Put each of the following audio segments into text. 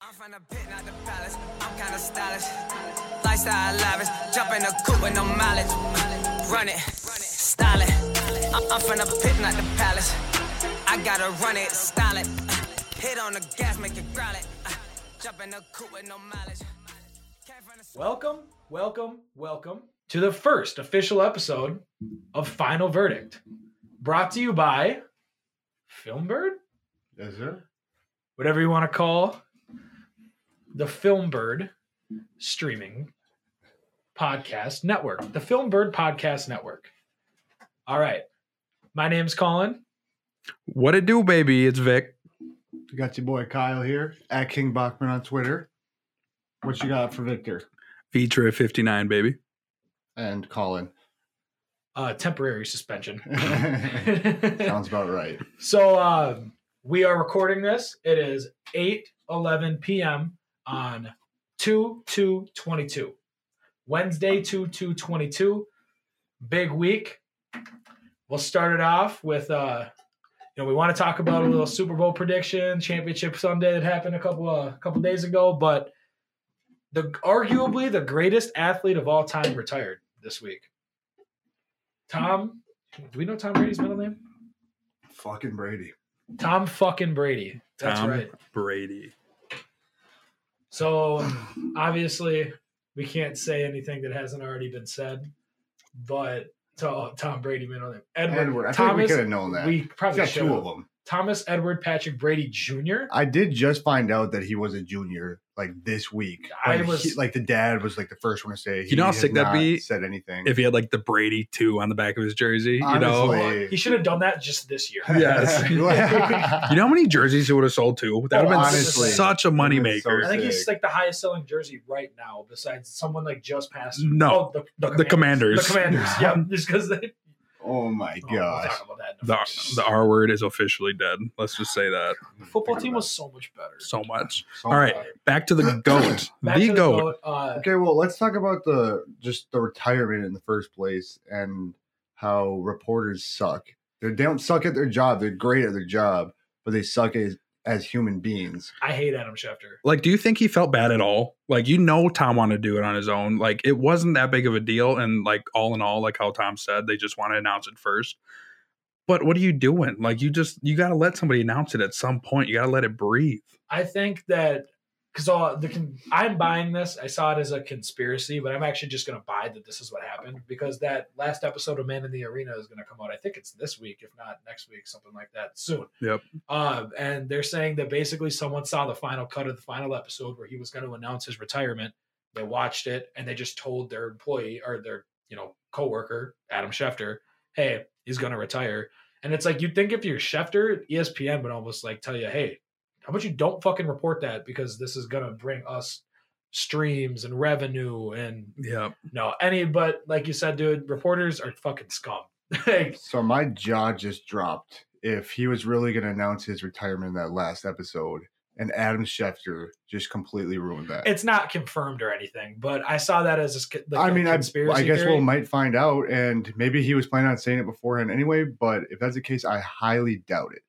I'm from the pit, not the palace. I'm kinda stylish. Lifestyle lavish. Jump in the coupe with no mileage. Run it, style it. I'm, I'm from the pit, not the palace. I gotta run it, style it. Hit on the gas, make it growl it. Jump in the coupe with no mileage. Came from the- Welcome, welcome, welcome to the first official episode of Final Verdict, brought to you by Filmbird, Yes, sir. whatever you want to call the Filmbird streaming podcast network, the Filmbird podcast network. All right, my name's Colin. What it do, baby? It's Vic. You got your boy Kyle here at King Bachman on Twitter. What you got for Victor Vitra 59, baby. and Colin? Uh, temporary suspension. Sounds about right. So um, we are recording this. It is 8 11 p.m. on 2 2 22. Wednesday 2 2 22. Big week. We'll start it off with uh you know, we want to talk about a little Super Bowl prediction, championship Sunday that happened a couple uh, a couple days ago, but the arguably the greatest athlete of all time retired this week. Tom, do we know Tom Brady's middle name? Fucking Brady. Tom fucking Brady. That's Tom right. Brady. So obviously we can't say anything that hasn't already been said, but to, Tom Brady middle name Edward, Edward. I think we Thomas. could have known that. we, We probably got should two have. of them. Thomas Edward Patrick Brady Jr. I did just find out that he was a junior like this week. I Like, he- was- like the dad was like the first one to say. You know how has sick that'd not be Said anything? If he had like the Brady 2 on the back of his jersey, you know. Honestly. He should have done that just this year. Yes. You know how many jerseys he would have sold to? That would have Oh, been honestly. such a That would've moneymaker. I been think he's Sick. like the highest selling jersey right now, besides someone like just past No. oh, the, The Commanders. The commanders. yeah, just because they oh my oh, we'll gosh. talk about that in a the, few. the R word is officially dead. Let's just say that the football team was so much better. so much. So All right, bad. back to the goat. Back to the goat. uh, Okay, well, let's talk about the just the retirement in the first place and how reporters suck. They're, they don't suck at their job. They're great at their job, but they suck as, as human beings. I hate Adam Schefter. Like, do you think he felt bad at all? Like, you know, Tom wanted to do it on his own. Like, it wasn't that big of a deal. And, like, all in all, like how Tom said, they just want to announce it first. But what are you doing? Like, you just, you got to let somebody announce it at some point. You got to let it breathe. I think that because all the con- I'm buying this. I saw it as a conspiracy, but I'm actually just going to buy that this is what happened because that last episode of Man in the Arena is going to come out. I think it's this week, if not next week, something like that soon. Yep. Um, and they're saying that basically someone saw the final cut of the final episode where he was going to announce his retirement. They watched it and they just told their employee or their you know coworker Adam Schefter, "Hey, he's going to retire." And it's like you'd think if you're Schefter, E ESPN would almost like tell you, "Hey, how about you don't fucking report that because this is gonna bring us streams and revenue and Yeah. no any but like you said dude reporters are fucking scum like So my jaw just dropped. If he was really going to announce his retirement in that last episode, and Adam Schefter just completely ruined that. it's not confirmed or anything but i saw that as a sc- like I a mean, I, conspiracy I guess theory. we'll might find out, and maybe he was planning on saying it beforehand anyway. But if that's the case, I highly doubt it.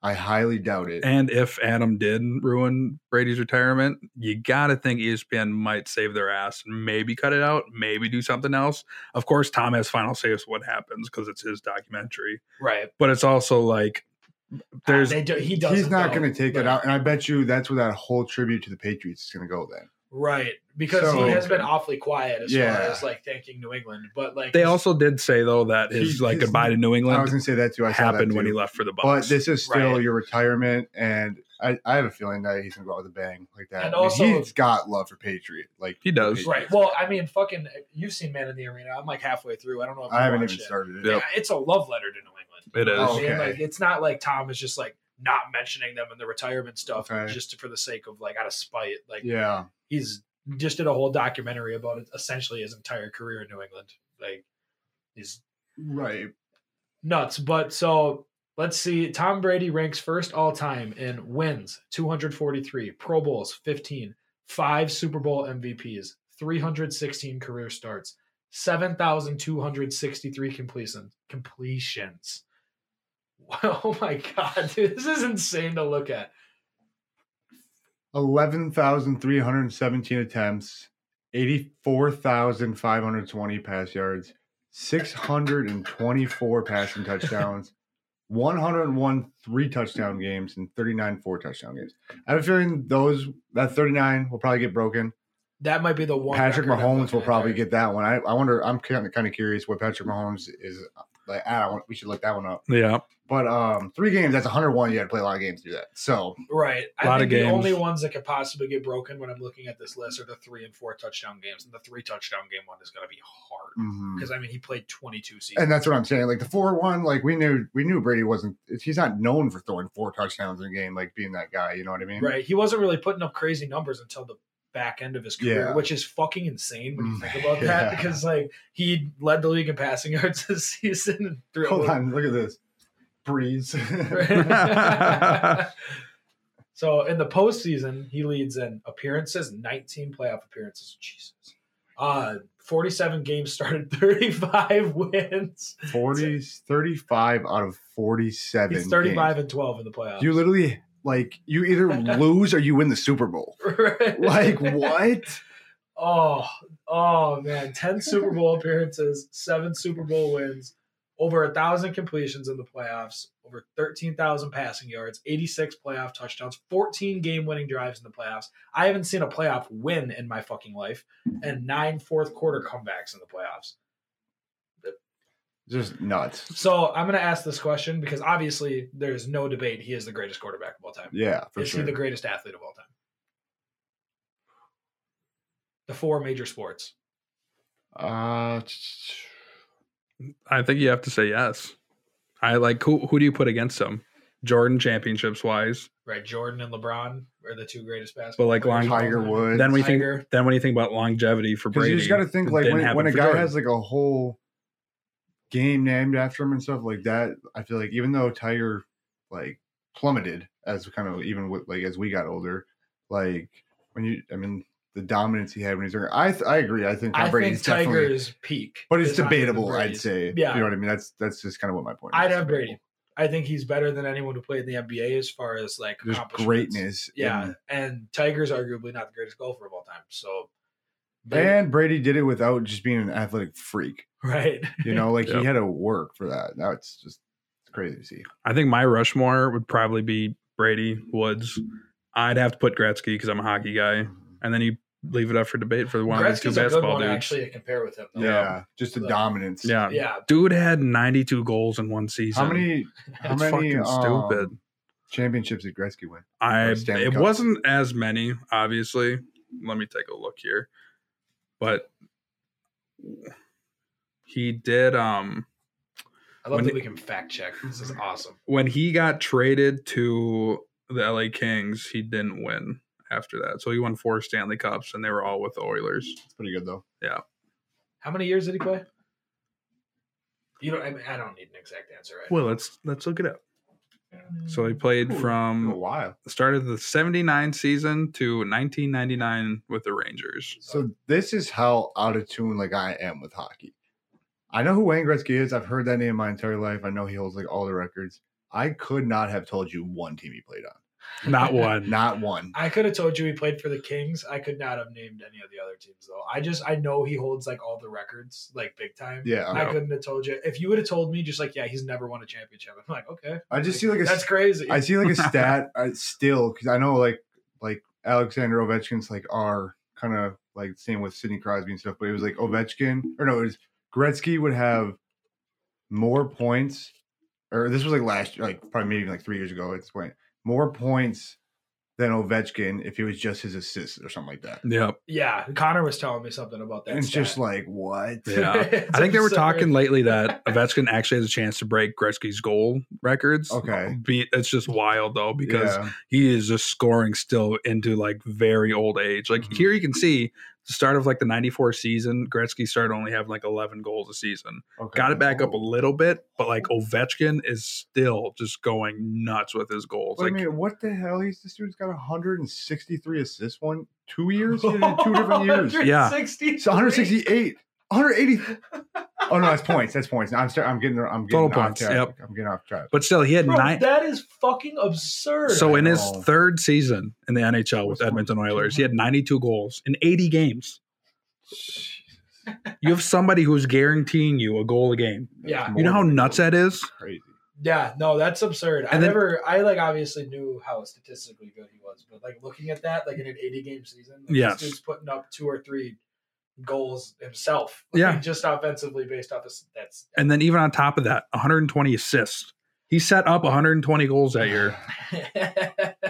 I highly doubt it. And if Adam did ruin Brady's retirement, you got to think E ESPN might save their ass and maybe cut it out, maybe do something else. Of course, Tom has final say as to what happens because it's his documentary. right Ah, But it's also like, there's They do- he does he's not going to take it out, and I bet you that's where that whole tribute to the Patriots is going to go. Then right because So- he has been awfully quiet as Yeah. far as like thanking new england but like They also did say though that his He- like his- goodbye to I New was England going to say that too. I saw that happened when he too. left for the but Bucks. this is still Right. your retirement, and I, I have a feeling that he's going to go out with a bang like that. And I mean, also- he's got love for Patriot. Like he does. right well i mean fucking you've seen man in the arena i'm like halfway through i don't know if I you haven't watched even it. started it. Yep. Yeah, it's a love letter to New England. It You know what I'm is. saying? Okay. Like it's not like Tom is just like not mentioning them in the retirement stuff Okay. just for the sake of like out of spite. Like Yeah, he's just did a whole documentary about it, essentially his entire career in New England. Like he's right. nuts. But so let's see. Tom Brady ranks first all time in wins 243, Pro Bowls 15, five Super Bowl MVPs, 316 career starts, 7,263 completion, completions. Wow, Oh my God, dude, this is insane to look at. 11,317 attempts, 84,520 pass yards, 624 passing touchdowns, 101 three touchdown games, and 39 four touchdown games. I have a feeling those, that 39 will probably get broken. That might be the one. Patrick record I'm Mahomes looking will at probably there. get that one. I, I wonder, I'm kind of, kind of curious what Patrick Mahomes is. Like, I don't, we should look that one up. Yeah. But um, three games, that's 101. You had to play a lot of games to do that. So right. I Lot think of the games. only ones that could possibly get broken when I'm looking at this list are the three and four touchdown games, and the three touchdown game one is going to be hard mhm. because I mean he played 22 seasons. and that's what I'm saying. Like the four one, like we knew we knew Brady wasn't. He's not known for throwing four touchdowns in a game, like being that guy. You know what I mean? Right. He wasn't really putting up crazy numbers until the back end of his career, Yeah. which is fucking insane when you Mm, think about that yeah. because like he led the league in passing yards this season and threw Hold on, look at this. Breeze. Right. so in the postseason, he leads in appearances, 19 playoff appearances. Jesus. Uh 47 games started, 35 wins. 40, 35 out of 47. He's 35 games. and 12 in the playoffs. You literally like you either lose or you win the Super Bowl. Right. Like what? Oh, oh man. 10 Super Bowl appearances, seven Super Bowl wins, over a thousand completions in the playoffs, over 13,000 passing yards, 86 playoff touchdowns, 14 game winning drives in the playoffs. I haven't seen a playoff win in my fucking life, and nine fourth quarter comebacks in the playoffs. Just nuts. So I'm going to ask this question because obviously there's no debate. He is the greatest quarterback of all time. Yeah, for is sure. he the greatest athlete of all time? The four major sports. uh, I think you have to say yes. I like who who do you put against him? Jordan championships wise. right? Jordan and LeBron are the two greatest But basketball. like players long of all Tiger time. Woods. then we think Tiger. then when you think about longevity for Because Brady. you just got to think like didn't when, happen when a for guy Jordan. has like a whole game named after him and stuff like that, I feel like even though Tiger like plummeted as kind of even with like as we got older, like when you, I mean, the dominance he had when he's younger, I th- I agree. I think Tom I Brady's think definitely, Tiger's peak, but it's is higher than debatable. I'd Brady's. say, Yeah. you know what I mean. That's that's just kind of what my point. I'd is. have Brady. I think he's better than anyone who played in the NBA as far as like There's accomplishments. greatness. Yeah, and Tiger's arguably not the greatest golfer of all time. So, in- and Brady did it without just being an athletic freak. right, You know, like Yeah. he had to work for that. That's just it's crazy to see. I think my Rushmore would probably be Brady, Woods. I'd have to put Gretzky because I'm a hockey guy, and then you leave it up for debate for one of these two Gretzky's a good basketball one dudes. Um, actually to compare with him. though. Yeah, just the But- dominance. Yeah. yeah. dude had 92 goals in one season. How many? How It's many? fucking um, stupid. Championships did Gretzky win? I or Stanley it Cup? wasn't as many, obviously. Let me take a look here, but he did. Um, I love When that it- we can fact check. This is Mm-hmm. awesome. when he got traded to the LA Kings, he didn't win after that. So he won four Stanley Cups, and they were all with the Oilers. It's pretty good though. How many years did he play? You don't. I, mean, I don't need an exact answer, right? Well, let's let's look it up. So he played Cool. a from while. started the 79 season to 1999 with the Rangers. So this is how out of tune like I am with hockey. I know who Wayne Gretzky is. I've heard that name my entire life. I know he holds like all the records. I could not have told you one team he played on. Not one. Not one. I could have told you he played for the Kings. I could not have named any of the other teams though. I just I know he holds like all the records, like big time. Yeah. I No. couldn't have told you. If you would have told me, just like yeah, he's never won a championship. I'm like, okay, I just see like a that's crazy. I see like a stat I still because I know like like Alexander Ovechkin's like are kind of like same with Sidney Crosby and stuff, but it was like Ovechkin or no, it was Gretzky would have more points, or this was like last year, like probably maybe even like three years ago at this point, more points than Ovechkin if it was just his assists or something like that. Yep. yeah, Connor was telling me something about that. and it's just stat. like what? Yeah. It's I think they were absurd. talking lately that Ovechkin actually has a chance to break Gretzky's goal records. Okay. Be, it's just wild though because Yeah. he is just scoring still into like very old age. Like Mhm. here you can see the start of like the 94 season, Gretzky started only having like 11 goals a season. okay. Got it back up a Well, little bit, but like Ovechkin is still just going nuts with his goals. I Like mean, what the hell? He's this dude's got 163 assists one two years, He did it in two different years. Yeah. 160. It's 168. 180. Oh no, that's points. That's points. I'm start, I'm getting I'm getting Total off points, track. yep. I'm getting off track. But still, he had Bro, nine. that is fucking absurd. So in his know. third season in the NHL with Edmonton Oilers, he had 92 goals in 80 games. You have somebody who's guaranteeing you a goal a game. yeah, You know how nuts that is? Crazy. yeah, no, that's absurd. I And then- never, I like obviously knew how statistically good he was, but like looking at that, like in an 80 game season, like, Yes. this dude's putting up two or three goals himself. Like, Yeah. just offensively based off of that's And then even on top of that, 120 assists. He set up 120 goals that year.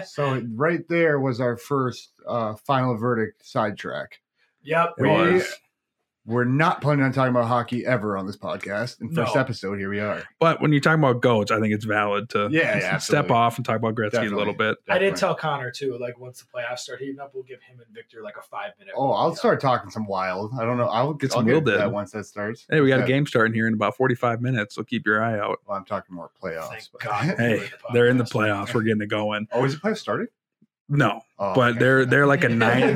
So right there was our first uh, final verdict sidetrack. yep. It We- was. We're not planning on talking about hockey ever on this podcast. In first No. episode, here we are. But when you're talking about goats, I think it's valid to Yeah, yeah, step absolutely. off and talk about Gretzky a little bit. I did Definitely. tell Connor too. Like once the playoffs start heating up, we'll give him and Victor like a five minute. Oh, I'll Yeah. start talking some wild. I don't know. I'll Get get some some wheel wild dip. that once that starts. Hey, we got a Yeah. game starting here in about 45 minutes, so keep your eye out. Well, I'm talking more playoffs. Thank but- God. Hey, they're in the playoffs. We're getting it going. oh, is the playoffs started? No, Oh, but okay. they're they're like a nine.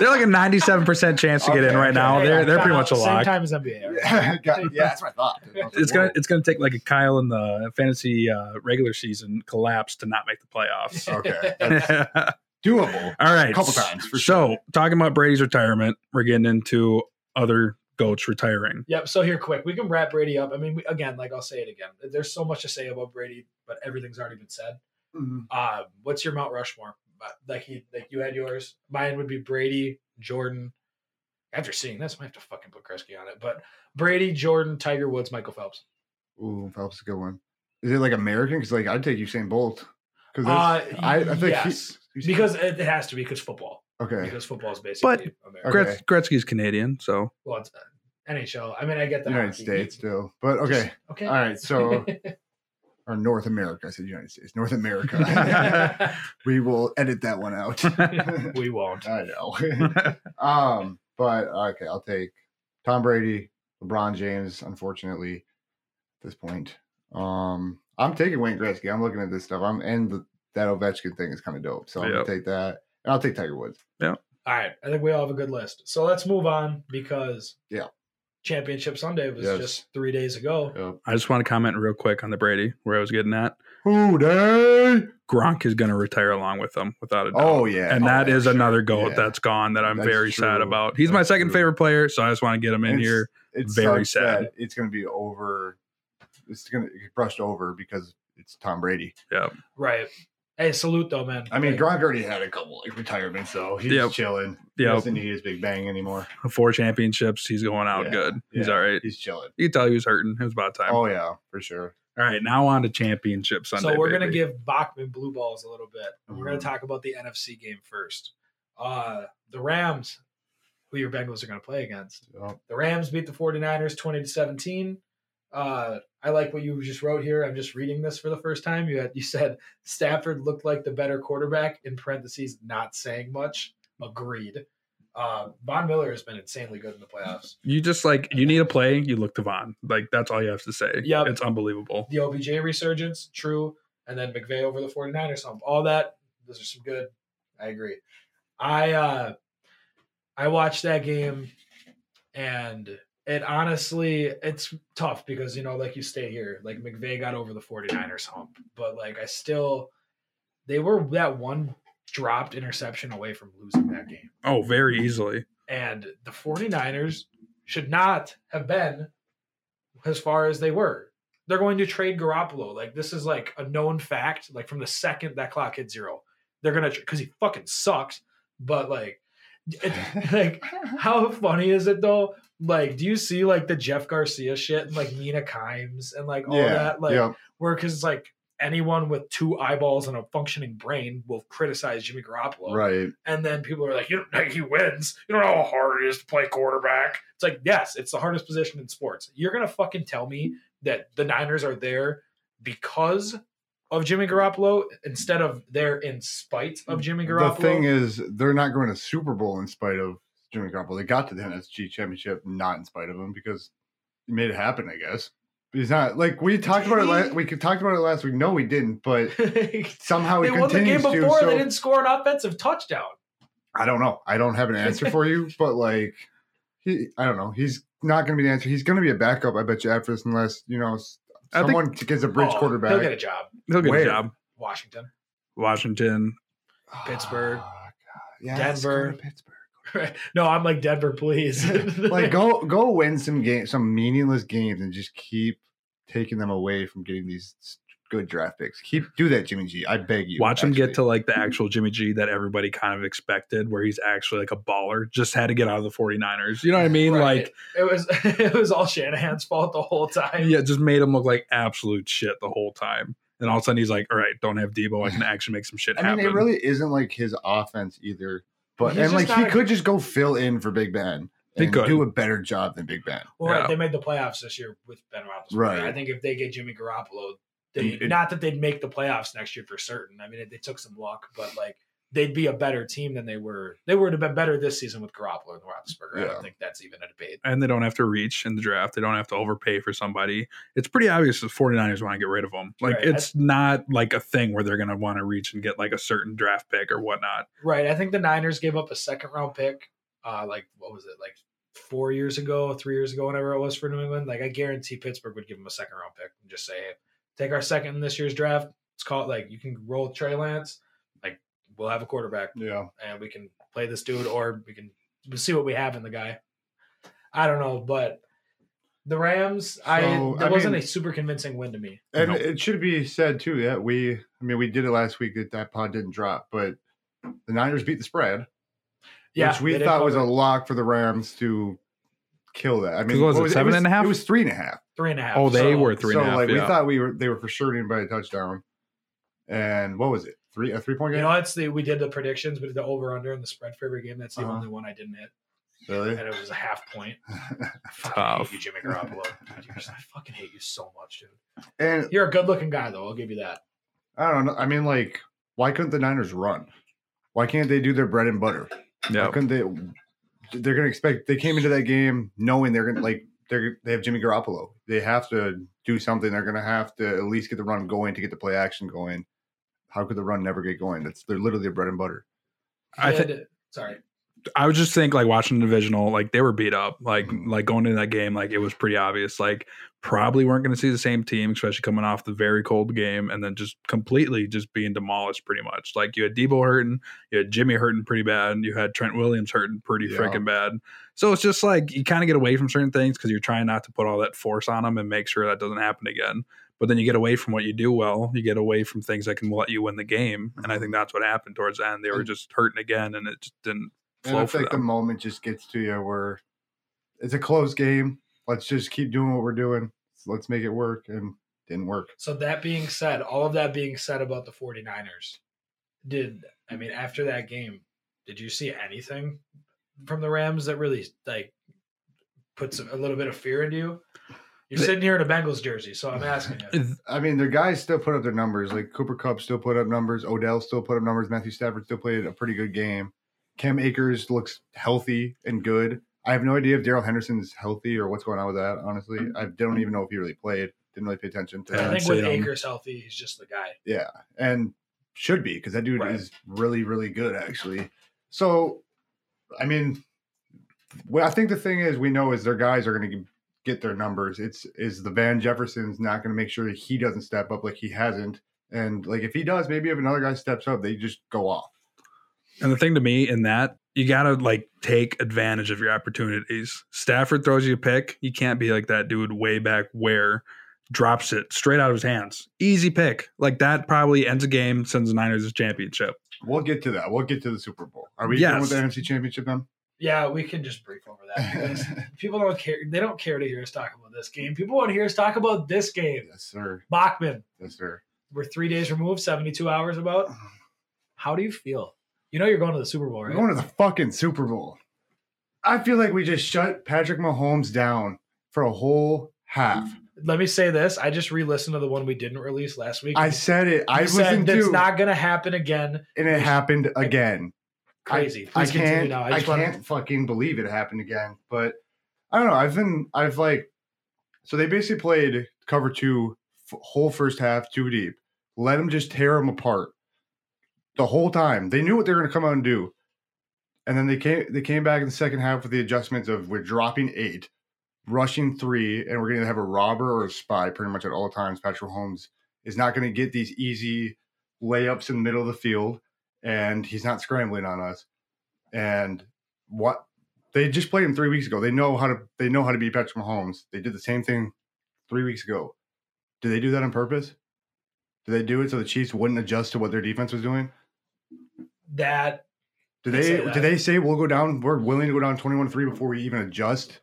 they're like a 97 percent chance to get in Okay, right now. okay. They're they're Shout pretty out, much a Same lock. time as NBA. right? yeah, God, yeah, that's what I thought. It's gonna it's gonna take like a Kyle in the fantasy uh, regular season collapse to not make the playoffs. okay. That's doable. All right, Couple times, for so talking about Brady's retirement, we're getting into other goats retiring. Yep. So here, quick, we can wrap Brady up. I mean, we, again, like I'll say it again. There's so much to say about Brady, but everything's already been said. Uh, what's your Mount Rushmore? But, Like he, like you had yours. Mine would be Brady, Jordan. After seeing this, I might have to fucking put Kresge on it. But Brady, Jordan, Tiger Woods, Michael Phelps. Ooh, Phelps is a good one. Is it like American? Because like I'd take Usain Bolt. Because Uh, I, I think yes, he- because it, it has to be because football. okay, Because football is basically America. Okay. Gretz, Gretzky's Canadian, so Well, it's uh, NHL. I mean, I get the United hockey. States still, but okay, Okay. all right. So or North America. I said United States, North America. we will edit that one out. I we won't. know. um, but okay, I'll take Tom Brady, LeBron James. Unfortunately, at this point, um, I'm taking Wayne Gretzky. I'm looking at this stuff. I'm and the, that Ovechkin thing is kind of dope. So I'm Yep. gonna take that. And I'll take Tiger Woods. All right, I think we all have a good list. So let's move on because Yeah. Championship Sunday was Yes. just three days ago. Yep. I just want to comment real quick on the Brady where I was getting at. Who day? Gronk is going to retire along with them without a doubt. Oh yeah, and Oh, that yeah, is sure. another goat Yeah. that's gone that I'm That's very sad true. about. He's my That's second true. favorite player, so I just want to get him in It's- here. It's very very sad. sad. it's gonna be over. It's gonna get brushed over because it's Tom Brady. Right. Hey, salute though, man. I mean, Like, Gronk already had a couple like retirements, so he's Yep. chilling. He Yeah, doesn't need his big bang anymore. four championships. He's going out Yeah, good. He's yeah. all right. He's chilling. You could tell he was hurting. It was about time. Oh yeah, for sure. All right, now on to championship Sunday. so we're gonna baby. give Bachman blue balls a little bit. and We're gonna Mhm. talk about the NFC game first. Uh the Rams, who your Bengals are gonna play against. So, The Rams beat the 49ers 20 to 17. Uh, I like what you just wrote here. I'm just reading this for the first time. You had you said Stafford looked like the better quarterback in parentheses, not saying much. Agreed. Uh, Von Miller has been insanely good in the playoffs. You just like you need a play. You look to Von. Like that's all you have to say. Yep. it's unbelievable. The OBJ resurgence, true, and then McVay over the 49ers something. All that, those are some good. I agree. I uh I watched that game and it honestly it's tough because you know, like you stay here. Like McVay got over the 49ers hump, but like I still they were that one dropped interception away from losing that game. Oh, very easily. And the 49ers should not have been as far as they were. They're going to trade Garoppolo. Like, this is like a known fact. Like, from the second that clock hit zero, they're going to, because he fucking sucks. But, like, it- like, how funny is it though? Like, do you see like the Jeff Garcia shit and like Nina Kimes and like all yeah, that? Like, yep. where because like anyone with two eyeballs and a functioning brain will criticize Jimmy Garoppolo. right. And then people are like, you don't think he wins. You don't know how hard it is to play quarterback. It's like, yes, it's the hardest position in sports. You're going to fucking tell me that the Niners are there because of Jimmy Garoppolo instead of there in spite of Jimmy Garoppolo. The thing is, they're not going to Super Bowl in spite of Jimmy Garoppolo. They got to the NFC Championship not in spite of him because he made it happen. I guess But he's not like we talked about it. Last, we could- talked about it last week. No, we didn't. But somehow they it won the game continues to. before. so- They didn't score an offensive touchdown. I don't know. I don't have an answer for you, but like, he, I don't know. He's not going to be the answer. He's going to be a backup, I bet you, after this, unless you know s- I think- someone gets a bridge Oh, quarterback. He'll get a job. He'll get Where? a job. Washington. Washington. Pittsburgh. Ah, God. Yeah, let's go Denver. to Pittsburgh. no, I'm like Denver, please. Like go go win some game, some meaningless games, and just keep taking them away from getting these s- good draft picks. Keep do that, Jimmy G. I beg you. Watch him get to actually. like the actual Jimmy G that everybody kind of expected, where he's actually like a baller. Just had to get out of the 49ers. You know what I mean? Right. Like, it was it was all Shanahan's fault the whole time. yeah, just made him look like absolute shit the whole time. And all of a sudden he's like, all right, don't have Debo. I can actually make some shit I happen. mean, it really isn't like his offense either. But He's and like just he not a- could just go fill in for Big Ben He and could. do a better job than Big Ben. Well, right, Yeah. they made the playoffs this year with Ben Roethlisberger. Right. I think if they get Jimmy Garoppolo, they, It- not that they'd make the playoffs next year for certain. I mean, they took some luck, but like they'd be a better team than they were. They would have been better this season with Garoppolo and Roethlisberger. I Yeah. don't think that's even a debate. and they don't have to reach in the draft. They don't have to overpay for somebody. It's pretty obvious the 49ers want to get rid of them. Like Right. it's not like a thing where they're going to want to reach and get like a certain draft pick or whatnot. Right. I think the Niners gave up a second round pick, uh, like what was it, like four years ago, three years ago, whenever it was for New England. Like I guarantee Pittsburgh would give him a second round pick and just say, hey, take our second in this year's draft. It's called like you can roll Trey Lance. Like we'll have a quarterback. Yeah. and we can play this dude or we can we'll see what we have in the guy. I don't know, but the Rams, I So, that I wasn't mean- a super convincing win to me. And No. it should be said too that we, I mean, we did it last week that that pod didn't drop, but the Niners beat the spread, Yeah, which we they did thought was a cover lock for the Rams to kill that. I mean, What was it, was, seven was- and a half? It was three and a half. three and a half. Oh, they so- were three so and a half. like yeah. we thought we were they were for sure in by a touchdown. And what was it? Three a three point You game? know, that's the we did the predictions, we did the over under and the spread for every game. That's the Uh-huh. only one I didn't hit, really? and it was a half point. I fucking Tough. hate you, Jimmy Garoppolo. Dude, you're just- I fucking hate you so much, dude. and You're a good looking guy, though. I'll give you that. I don't know. I mean, like, why couldn't the Niners run? Why can't they do their bread and butter? yeah. How come they? They're gonna expect. They came into that game knowing they're gonna like they're they have Jimmy Garoppolo. They have to do something. They're gonna have to at least get the run going to get the play action going. How could the run never get going? That's they're literally their bread and butter. I thi- Did- sorry. I was just think like watching the divisional, like they were beat up, like Mhm. like going into that game, like it was pretty obvious, like probably weren't going to see the same team, especially coming off the very cold game and then just completely just being demolished, pretty much. Like you had Debo hurting, you had Jimmy hurting pretty bad, and you had Trent Williams hurting pretty Yeah. freaking bad. So it's just like you kind of get away from certain things because you're trying not to put all that force on them and make sure that doesn't happen again. But then you get away from what you do well. You get away from things that can let you win the game, and I think that's what happened towards the end. They were Mm-hmm. And- just hurting again, and it just didn't. And Flow it's for like the them. moment just gets to you where it's a close game. Let's just keep doing what we're doing. Let's make it work. And didn't work. So that being said, all of that being said about the 49ers, did I mean after that game, did you see anything from the Rams that really like puts a little bit of fear into you? You're They- sitting here in a Bengals jersey, so I'm asking you. I mean, their guys still put up their numbers. Like Cooper Cup still put up numbers. Odell still put up numbers. Matthew Stafford still played a pretty good game. Cam Akers looks healthy and good. I have no idea if Daryl Henderson is healthy or what's going on with that. Honestly, I don't even know if he really played. Didn't really pay attention to Yeah, Mm-hmm. I that, think I'd with say, um, Akers healthy, he's just the guy. and should be because that dude Right. is really, really good actually. So, I mean, well, I think the thing is we know is their guys are going to get their numbers. It's is the Van Jefferson's not going to make sure that he doesn't step up like he hasn't, and like if he does, maybe if another guy steps up, they just go off. And the thing to me in that, you gotta like take advantage of your opportunities. Stafford throws you a pick. You can't be like that dude way back where drops it straight out of his hands. Easy pick. Like that probably ends a game, sends the Niners to championship. We'll get to that. We'll get to the Super Bowl. Are we done with the Yes. NFC Championship then? Yeah, we can just brief over that because people don't care. They don't care to hear us talk about this game. People want to hear us talk about this game. yes, sir. Bachman, Yes, sir. we're three days removed, 72 hours about. How do you feel? You know you're going to the Super Bowl, Uh-huh. We're right? going to the fucking Super Bowl. I feel like we just shut Patrick Mahomes down for a whole half. let me say this. I just re-listened to the one we didn't release last week. I said it. I You said listened to, that's not going to happen again. and it happened again. Crazy. I Please continue can't. now. I, I just want can't fucking believe it happened again. But I don't know. I've been. I've like. So they basically played cover two, f- whole first half, two deep. Let them just tear them apart. The whole time they knew what they were going to come out and do, and then they came. They came back in the second half with the adjustments of we're dropping eight, rushing three, and we're going to have a robber or a spy pretty much at all times. Patrick Holmes is not going to get these easy layups in the middle of the field, and he's not scrambling on us. And what they just played him three weeks ago. They know how to they know how to beat Patrick Mahomes. They did the same thing three weeks ago. Did they do that on purpose? Did they do it so the Chiefs wouldn't adjust to what their defense was doing? That Do They they say that. do they say we'll go down? We're willing to go down 21-3 before we even adjust?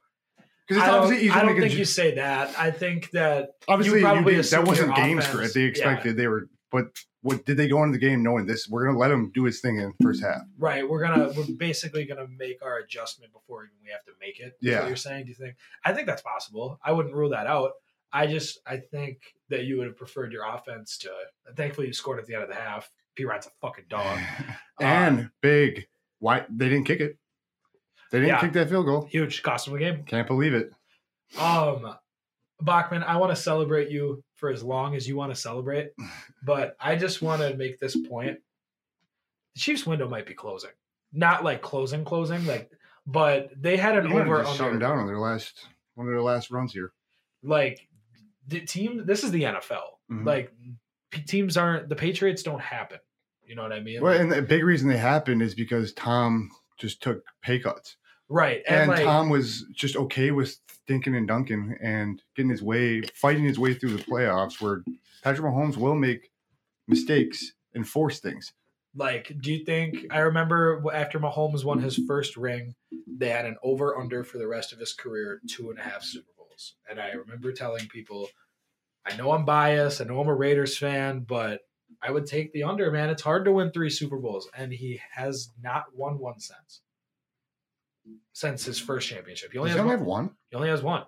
Because I it's don't, obviously easier I to don't make think adju- you say that. I think that obviously you probably did- assume that wasn't their game offense- script. They yeah. expected they were, but what did they go into the game knowing this? We're gonna let him do his thing in the first half. right, we're gonna we're basically gonna make our adjustment before even we have to make it. Is Yeah. what you're saying? Do you think? I think that's possible. I wouldn't rule that out. I just I think that you would have preferred your offense to. Thankfully, you scored at the end of the half. P. Rod's a fucking dog. Um, and big, why they didn't kick it? They didn't Yeah. kick that field goal. Huge cost him a game. Can't believe it. Um, Bachman, I want to celebrate you for as long as you want to celebrate, but I just want to make this point: the Chiefs' window might be closing, not like closing, closing, like, but they had an You wanna over just shut them under. down on their last one of their last runs here. Like the team, this is the NFL. Mhm. Like p- teams aren't the Patriots don't happen. You know what I mean? Well, Like, and the big reason they happened is because Tom just took pay cuts, right, and, and, like Tom was just okay with thinking and dunking and getting his way, fighting his way through the playoffs, where Patrick Mahomes will make mistakes and force things. Like, do you think? I remember after Mahomes won his first ring, they had an over under for the rest of his career, two and a half Super Bowls. And I remember telling people, I know I'm biased, I know I'm a Raiders fan, but I would take the under, man. It's hard to win three Super Bowls. And he has not won one since. Since his first championship. He only, has Does he only one, have one? he only has one.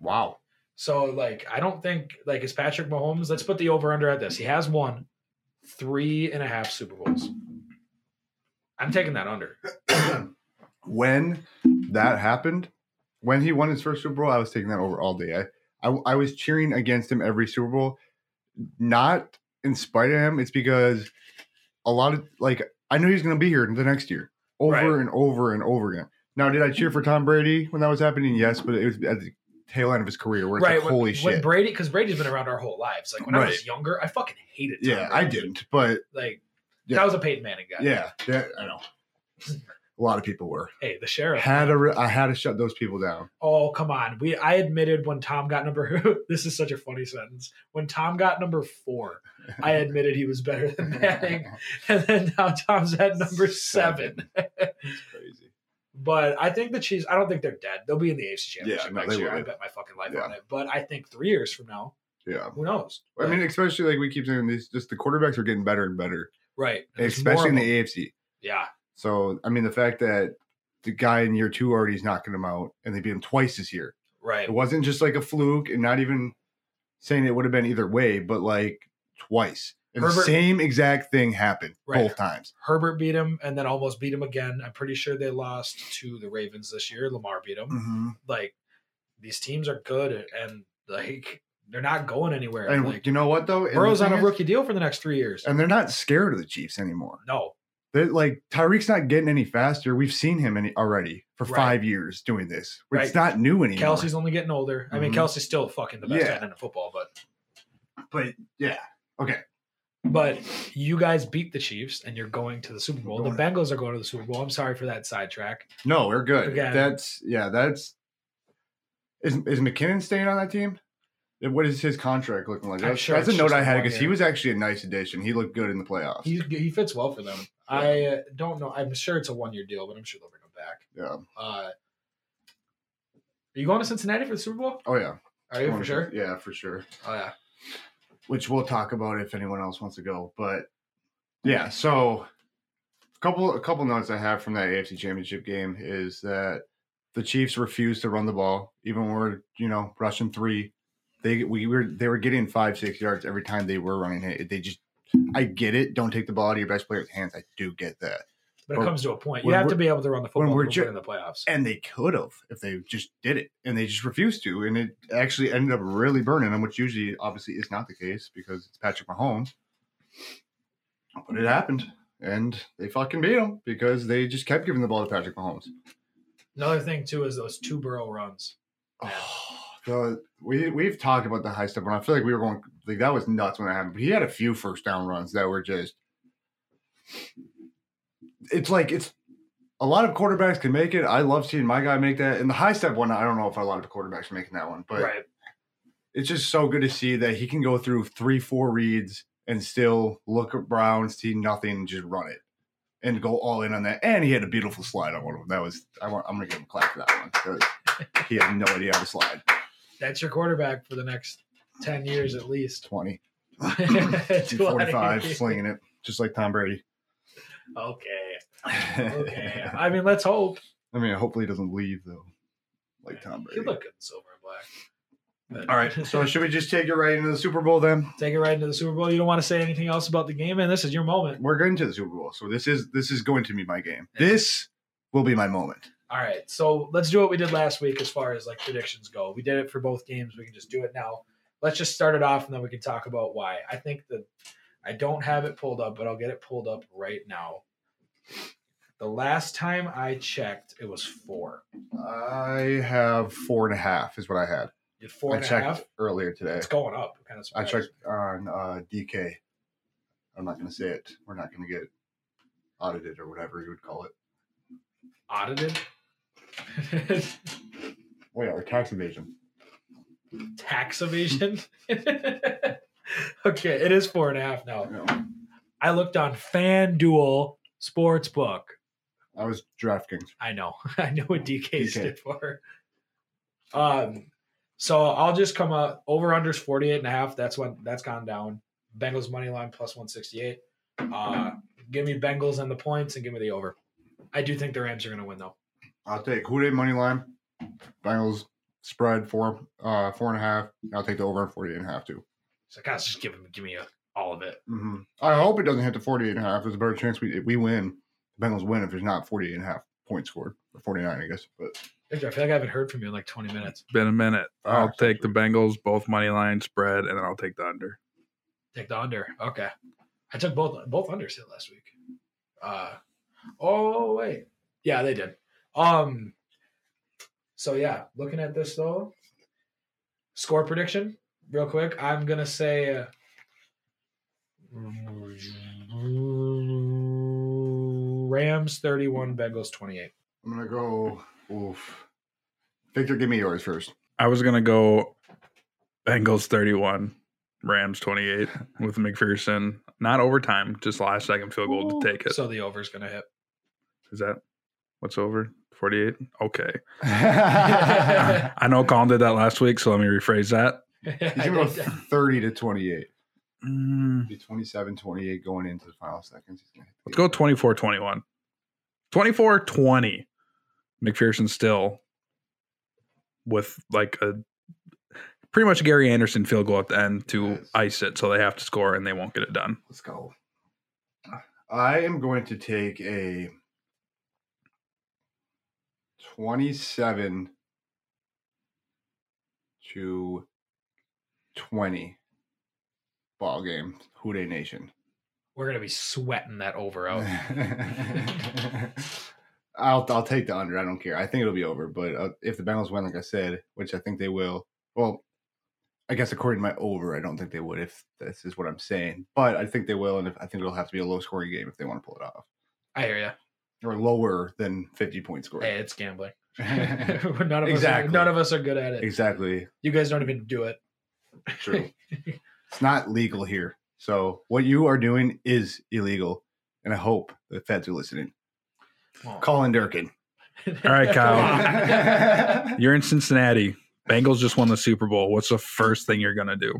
Wow. So like I don't think like is Patrick Mahomes. Let's put the over under at this. He has won three and a half Super Bowls. I'm taking that under. when that happened, when he won his first Super Bowl, I was taking that over all day. I, I, I was cheering against him every Super Bowl, not in spite of him. It's because a lot of like I knew he was going to be here the next year, over Right. and over and over again. Now, did I cheer for Tom Brady when that was happening? Yes, but it was at the tail end of his career where it's like, when, holy when shit. Brady, because Brady's been around our whole lives. Like when I was Right. younger, I fucking hated. Tom yeah, I Brady. didn't, but Like Yeah. that was a Peyton Manning guy. yeah, yeah, I know. A lot of people were Hey, the sheriff. had a re- I had to shut those people down. Oh come on. We I admitted when Tom got number. this is such a funny sentence. When Tom got number four, I admitted he was better than Manning, and then now Tom's at number seven. It's crazy. But I think the Chiefs. I don't think they're dead. They'll be in the AFC Championship Yeah, no, next they year. will. I bet my fucking life Yeah. on it. But I think three years from now, Yeah. who knows? I mean, Like, especially like we keep saying these, just the quarterbacks are getting better and better, right? There's more especially in of them. the AFC. yeah, So, I mean, the fact that the guy in year two already is knocking him out and they beat him twice this year. right. It wasn't just like a fluke and not even saying it would have been either way, but like twice. And the Herbert- same exact thing happened Right. both times. Herbert beat him, and then almost beat him again. I'm pretty sure they lost to the Ravens this year. Lamar beat him. Mm-hmm. Mm. Like these teams are good, and like they're not going anywhere. And like you know what, though? And the Burrow's on thing a is- rookie deal for the next three years. And they're not scared of the Chiefs anymore. No, They're like Tyreek's not getting any faster. We've seen him any, already for Right. five years doing this. Right. It's not new anymore. Kelsey's only getting older. I mean, Mhm. Kelsey's still fucking the best Yeah. end in football, but but yeah, But you guys beat the Chiefs and you're going to the Super Bowl. The Going Bengals are going to the Super Bowl. I'm sorry for that sidetrack. No, we're good. Again. That's yeah. That's is is McKinnon staying on that team? What is his contract looking like? I'm That's, sure that's a it's note just I had one because he year. was actually a nice addition. He looked good in the playoffs. He he fits well for them. I uh, don't know. I'm sure it's a one year deal, but I'm sure they'll bring him back. yeah. Uh, are you going to Cincinnati for the Super Bowl? Oh yeah. Are you for Wanna- sure? Yeah, for sure. Oh yeah. Which we'll talk about if anyone else wants to go. But yeah, so a couple a couple notes I have from that AFC Championship game is that the Chiefs refused to run the ball, even when we're you know rushing three. They we were they were getting five six yards every time they were running it. They just I get it. Don't take the ball out of your best player's hands. I do get that. But it Well, comes to a point. You when have to we're- be able to run the football we're when ju- Eh. in the playoffs. And they could have if they just did it, and they just refused to, and it actually ended up really burning them, which usually obviously is not the case because it's Patrick Mahomes. But it happened, and they fucking beat him because they just kept giving the ball to Patrick Mahomes. Another thing too is those two burrow runs. Oh, the, we we've talked about the high step, and I feel like we were going like that was nuts when it happened. But he had a few first down runs that were just. It's like it's a lot of quarterbacks can make it. I love seeing my guy make that, and the high step one. I don't know if a lot of quarterbacks are making that one, but right. it's just so good to see that he can go through three, four reads and still look around, see nothing, just run it, and go all in on that. And he had a beautiful slide on one of them. That was I want, I'm gonna give him a clap for that one. 'cause He had no idea how to slide. That's your quarterback for the next ten years at least. Twenty. 45 45 slinging it just like Tom Brady. Okay. Okay. I I mean, let's hope. mean, hopefully he doesn't leave though, like Tom He Brady. looked good in silver and black. But- All right, So should we just take it right into the Super Bowl then? Take it right into the Super Bowl. You don't want to say anything else about the game, man. This is your moment. We're going to the Super Bowl, so this is this is going to be my game. This will be my moment. All right. So let's do what we did last week as far as like predictions go. We did it for both games. We can just do it now. Let's just start it off and then we can talk about why. I think that I don't have it pulled up, but I'll get it pulled up right now. The last time I checked, it was four. I have four and a half is what I had. You had four I and a half. checked earlier today. It's going up. I'm kind of I surprised. checked on uh, DK. I'm not going to say it. We're not going to get audited or whatever you would call it. audited. Wait, our Oh, tax evasion. tax evasion. okay, it is four and a half now. No. I looked on FanDuel Sportsbook. I was DraftKings. I know, I know what DK, DK. stood for. Um, so I'll just come up over unders 48 and a half. That's when that's gone down. Bengals money line plus 168. Uh, give me Bengals and the points and give me the over. I do think the Rams are going to win though. I'll take Houday money line. Bengals spread four, uh, four and a half. I'll take the over and 48 and a half too. So guys, just give 'em- give me a, all of it. Mm-hmm. I hope it doesn't hit to 48 and a half. There's a better chance we, if we win. The Bengals win if there's not 48 and a half points scored or 49, I guess. But Victor, I feel like I haven't heard from you in like 20 minutes. Been a minute. Ah, I'll take the Bengals, both money line spread, and then I'll take the under. Take the under. Okay. I took both both unders hit last week. Uh oh wait. Yeah, they did. Um so yeah, looking at this though. Score prediction, real quick. I'm gonna say uh, Rams 31, Bengals 28. I'm going to go. Oof. Victor, give me yours first. I was gonna go Bengals 31, Rams 28 with McPherson. Not overtime, just last second field goal to take it. Is So the over's gonna hit. that what's over? 48? Okay. I I know Colin did that last week, so let me rephrase that. I should go did- 30 to 28. Mm, Be 27 28 going into the final seconds. He's gonna hit the let's go over. 24 21. 24 20. McPherson still with like a pretty much Gary Anderson field goal at the end to Nice. ice it, so they have to score and they won't get it done. Let's go. I am going to take a 27 to 20 ball game. Houday Nation. We're gonna be sweating that over out. I'll I'll take the under. I don't care. I think it'll be over. But uh, if the Bengals win, like I said, which I think they will, well, I guess according to my over, I don't think they would. If this is what I'm saying, but I think they will, and if, I think it'll have to be a low scoring game if they want to pull it off, I hear ya. or lower than 50 point score. Hey, it's gambling. none of Exactly. us are, none of us are good at it. exactly. You guys don't even do it. True. it's not legal here. So what you are doing is illegal, and I hope the feds are listening. Colin Durkin. All Wow. right, Kyle. You're in Cincinnati. Bengals just won the Super Bowl. What's the first thing you're gonna do?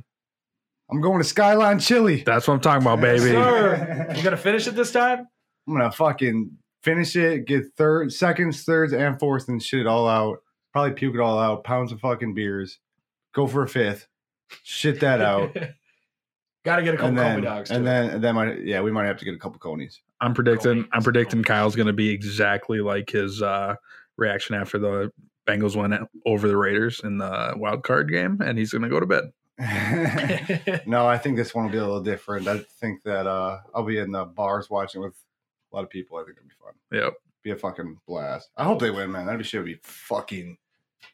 I'm going to Skyline Chili. That's what I'm talking about, Yes, baby. sir. you gonna finish it this time? I'm gonna fucking finish it, get third, seconds, thirds, and fourths, and shit it all out. Probably puke it all out. Pounds of fucking beers. Go for a fifth. Shit that out. Gotta get a couple and then, Kobe dogs. and too. then, and then, my, yeah, we might have to get a couple conies. I'm predicting. I'm Colts. predicting Colts. Kyle's gonna be exactly like his uh, reaction after the Bengals went over the Raiders in the wild card game, and he's gonna go to bed. no, I think this one will be a little different. I think that uh, I'll be in the bars watching with a lot of people. I think it'll be fun. Yep. be a fucking blast. I hope they win, man. That'd be shit would be fucking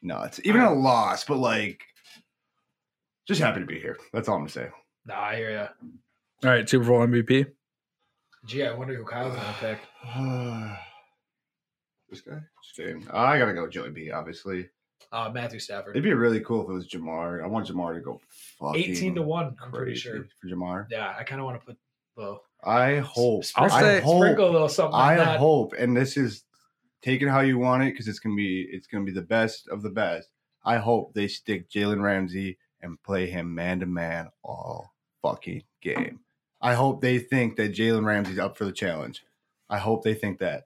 nuts. Even a loss, but like just happy to be here. That's all I'm gonna say. Nah, I hear ya. All right, Super Bowl MVP. Gee, I wonder who Kyle's gonna pick. this guy? Just kidding. I gotta go Joey B, obviously. Uh, Matthew Stafford. It'd be really cool if it was Jamar. I want Jamar to go fucking 18 to 1, I'm pretty crazy sure. for Jamar. Yeah, I kind of want to put well, I hope. I'll I say- hope. sprinkle a little something. like I that. hope, and this is take it how you want it because it's gonna be it's gonna be the best of the best. I hope they stick Jalen Ramsey and play him man to man all fucking game. I hope they think that Jalen Ramsey's up for the challenge. I hope they think that.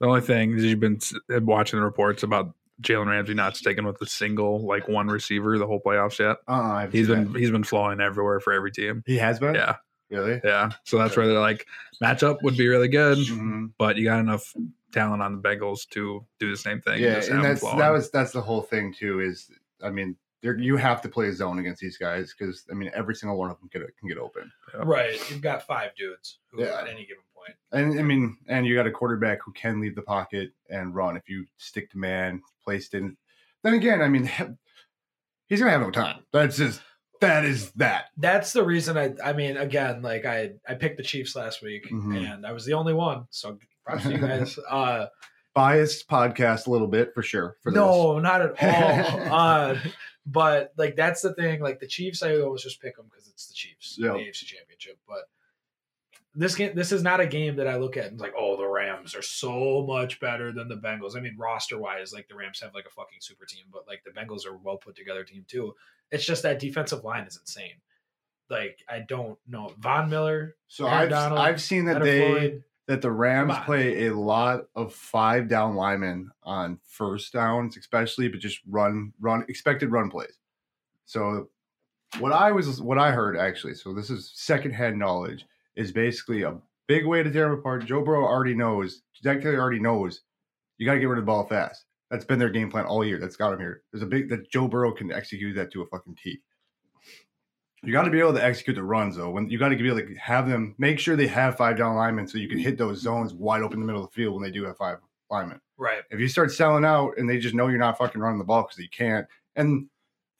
The only thing is you've been s- watching the reports about Jalen Ramsey not sticking with a single like one receiver the whole playoffs yet. Uh, I've He's been he's been flying everywhere for every team. he has been. Yeah, really. yeah. So that's where they're like matchup would be really good, Mhm. but you got enough talent on the Bengals to do the same thing. Yeah, just have and him that's that flowing. was that's the whole thing too. Is I mean, there you have to play zone against these guys because I mean every single one of them can, can get open. Right, you've got five dudes who Yeah. at any given point. And I mean, and you got a quarterback who can leave the pocket and run if you stick to man, placed in. Then again, I mean, he- he's gonna have no time. That's just that is that. That's the reason I. I mean, again, like I, I picked the Chiefs last week, Mhm. and I was the only one. So props to you guys. Uh, Biased podcast a little bit for sure. For no, not at all. uh, but like that's the thing. Like the Chiefs, I always just pick them because it's the Chiefs, in Yeah. the AFC Championship. But this game, this is not a game that I look at and like, oh, the Rams are so much better than the Bengals. I mean, roster wise, like the Rams have like a fucking super team, but like the Bengals are a well put together team too. It's just that defensive line is insane. Like I don't know Von Miller, this. So Aaron I've Donald, I've seen that Leonard they Floyd. that the Rams Come on. play a lot of five down linemen on first downs, especially, but just run run expected run plays. So what I was what I heard actually, so this is secondhand knowledge, is basically a big way to tear them apart. Joe Burrow already knows, Zach Taylor already knows you gotta get rid of the ball fast. That's been their game plan all year. That's got them here. There's a big that Joe Burrow can execute that to a fucking tee. You got to be able to execute the runs though. When you got to be able to have them make sure they have five down linemen so you can hit those zones wide open in the middle of the field when they do have five linemen. right? If you start selling out and they just know you're not fucking running the ball because you can't, and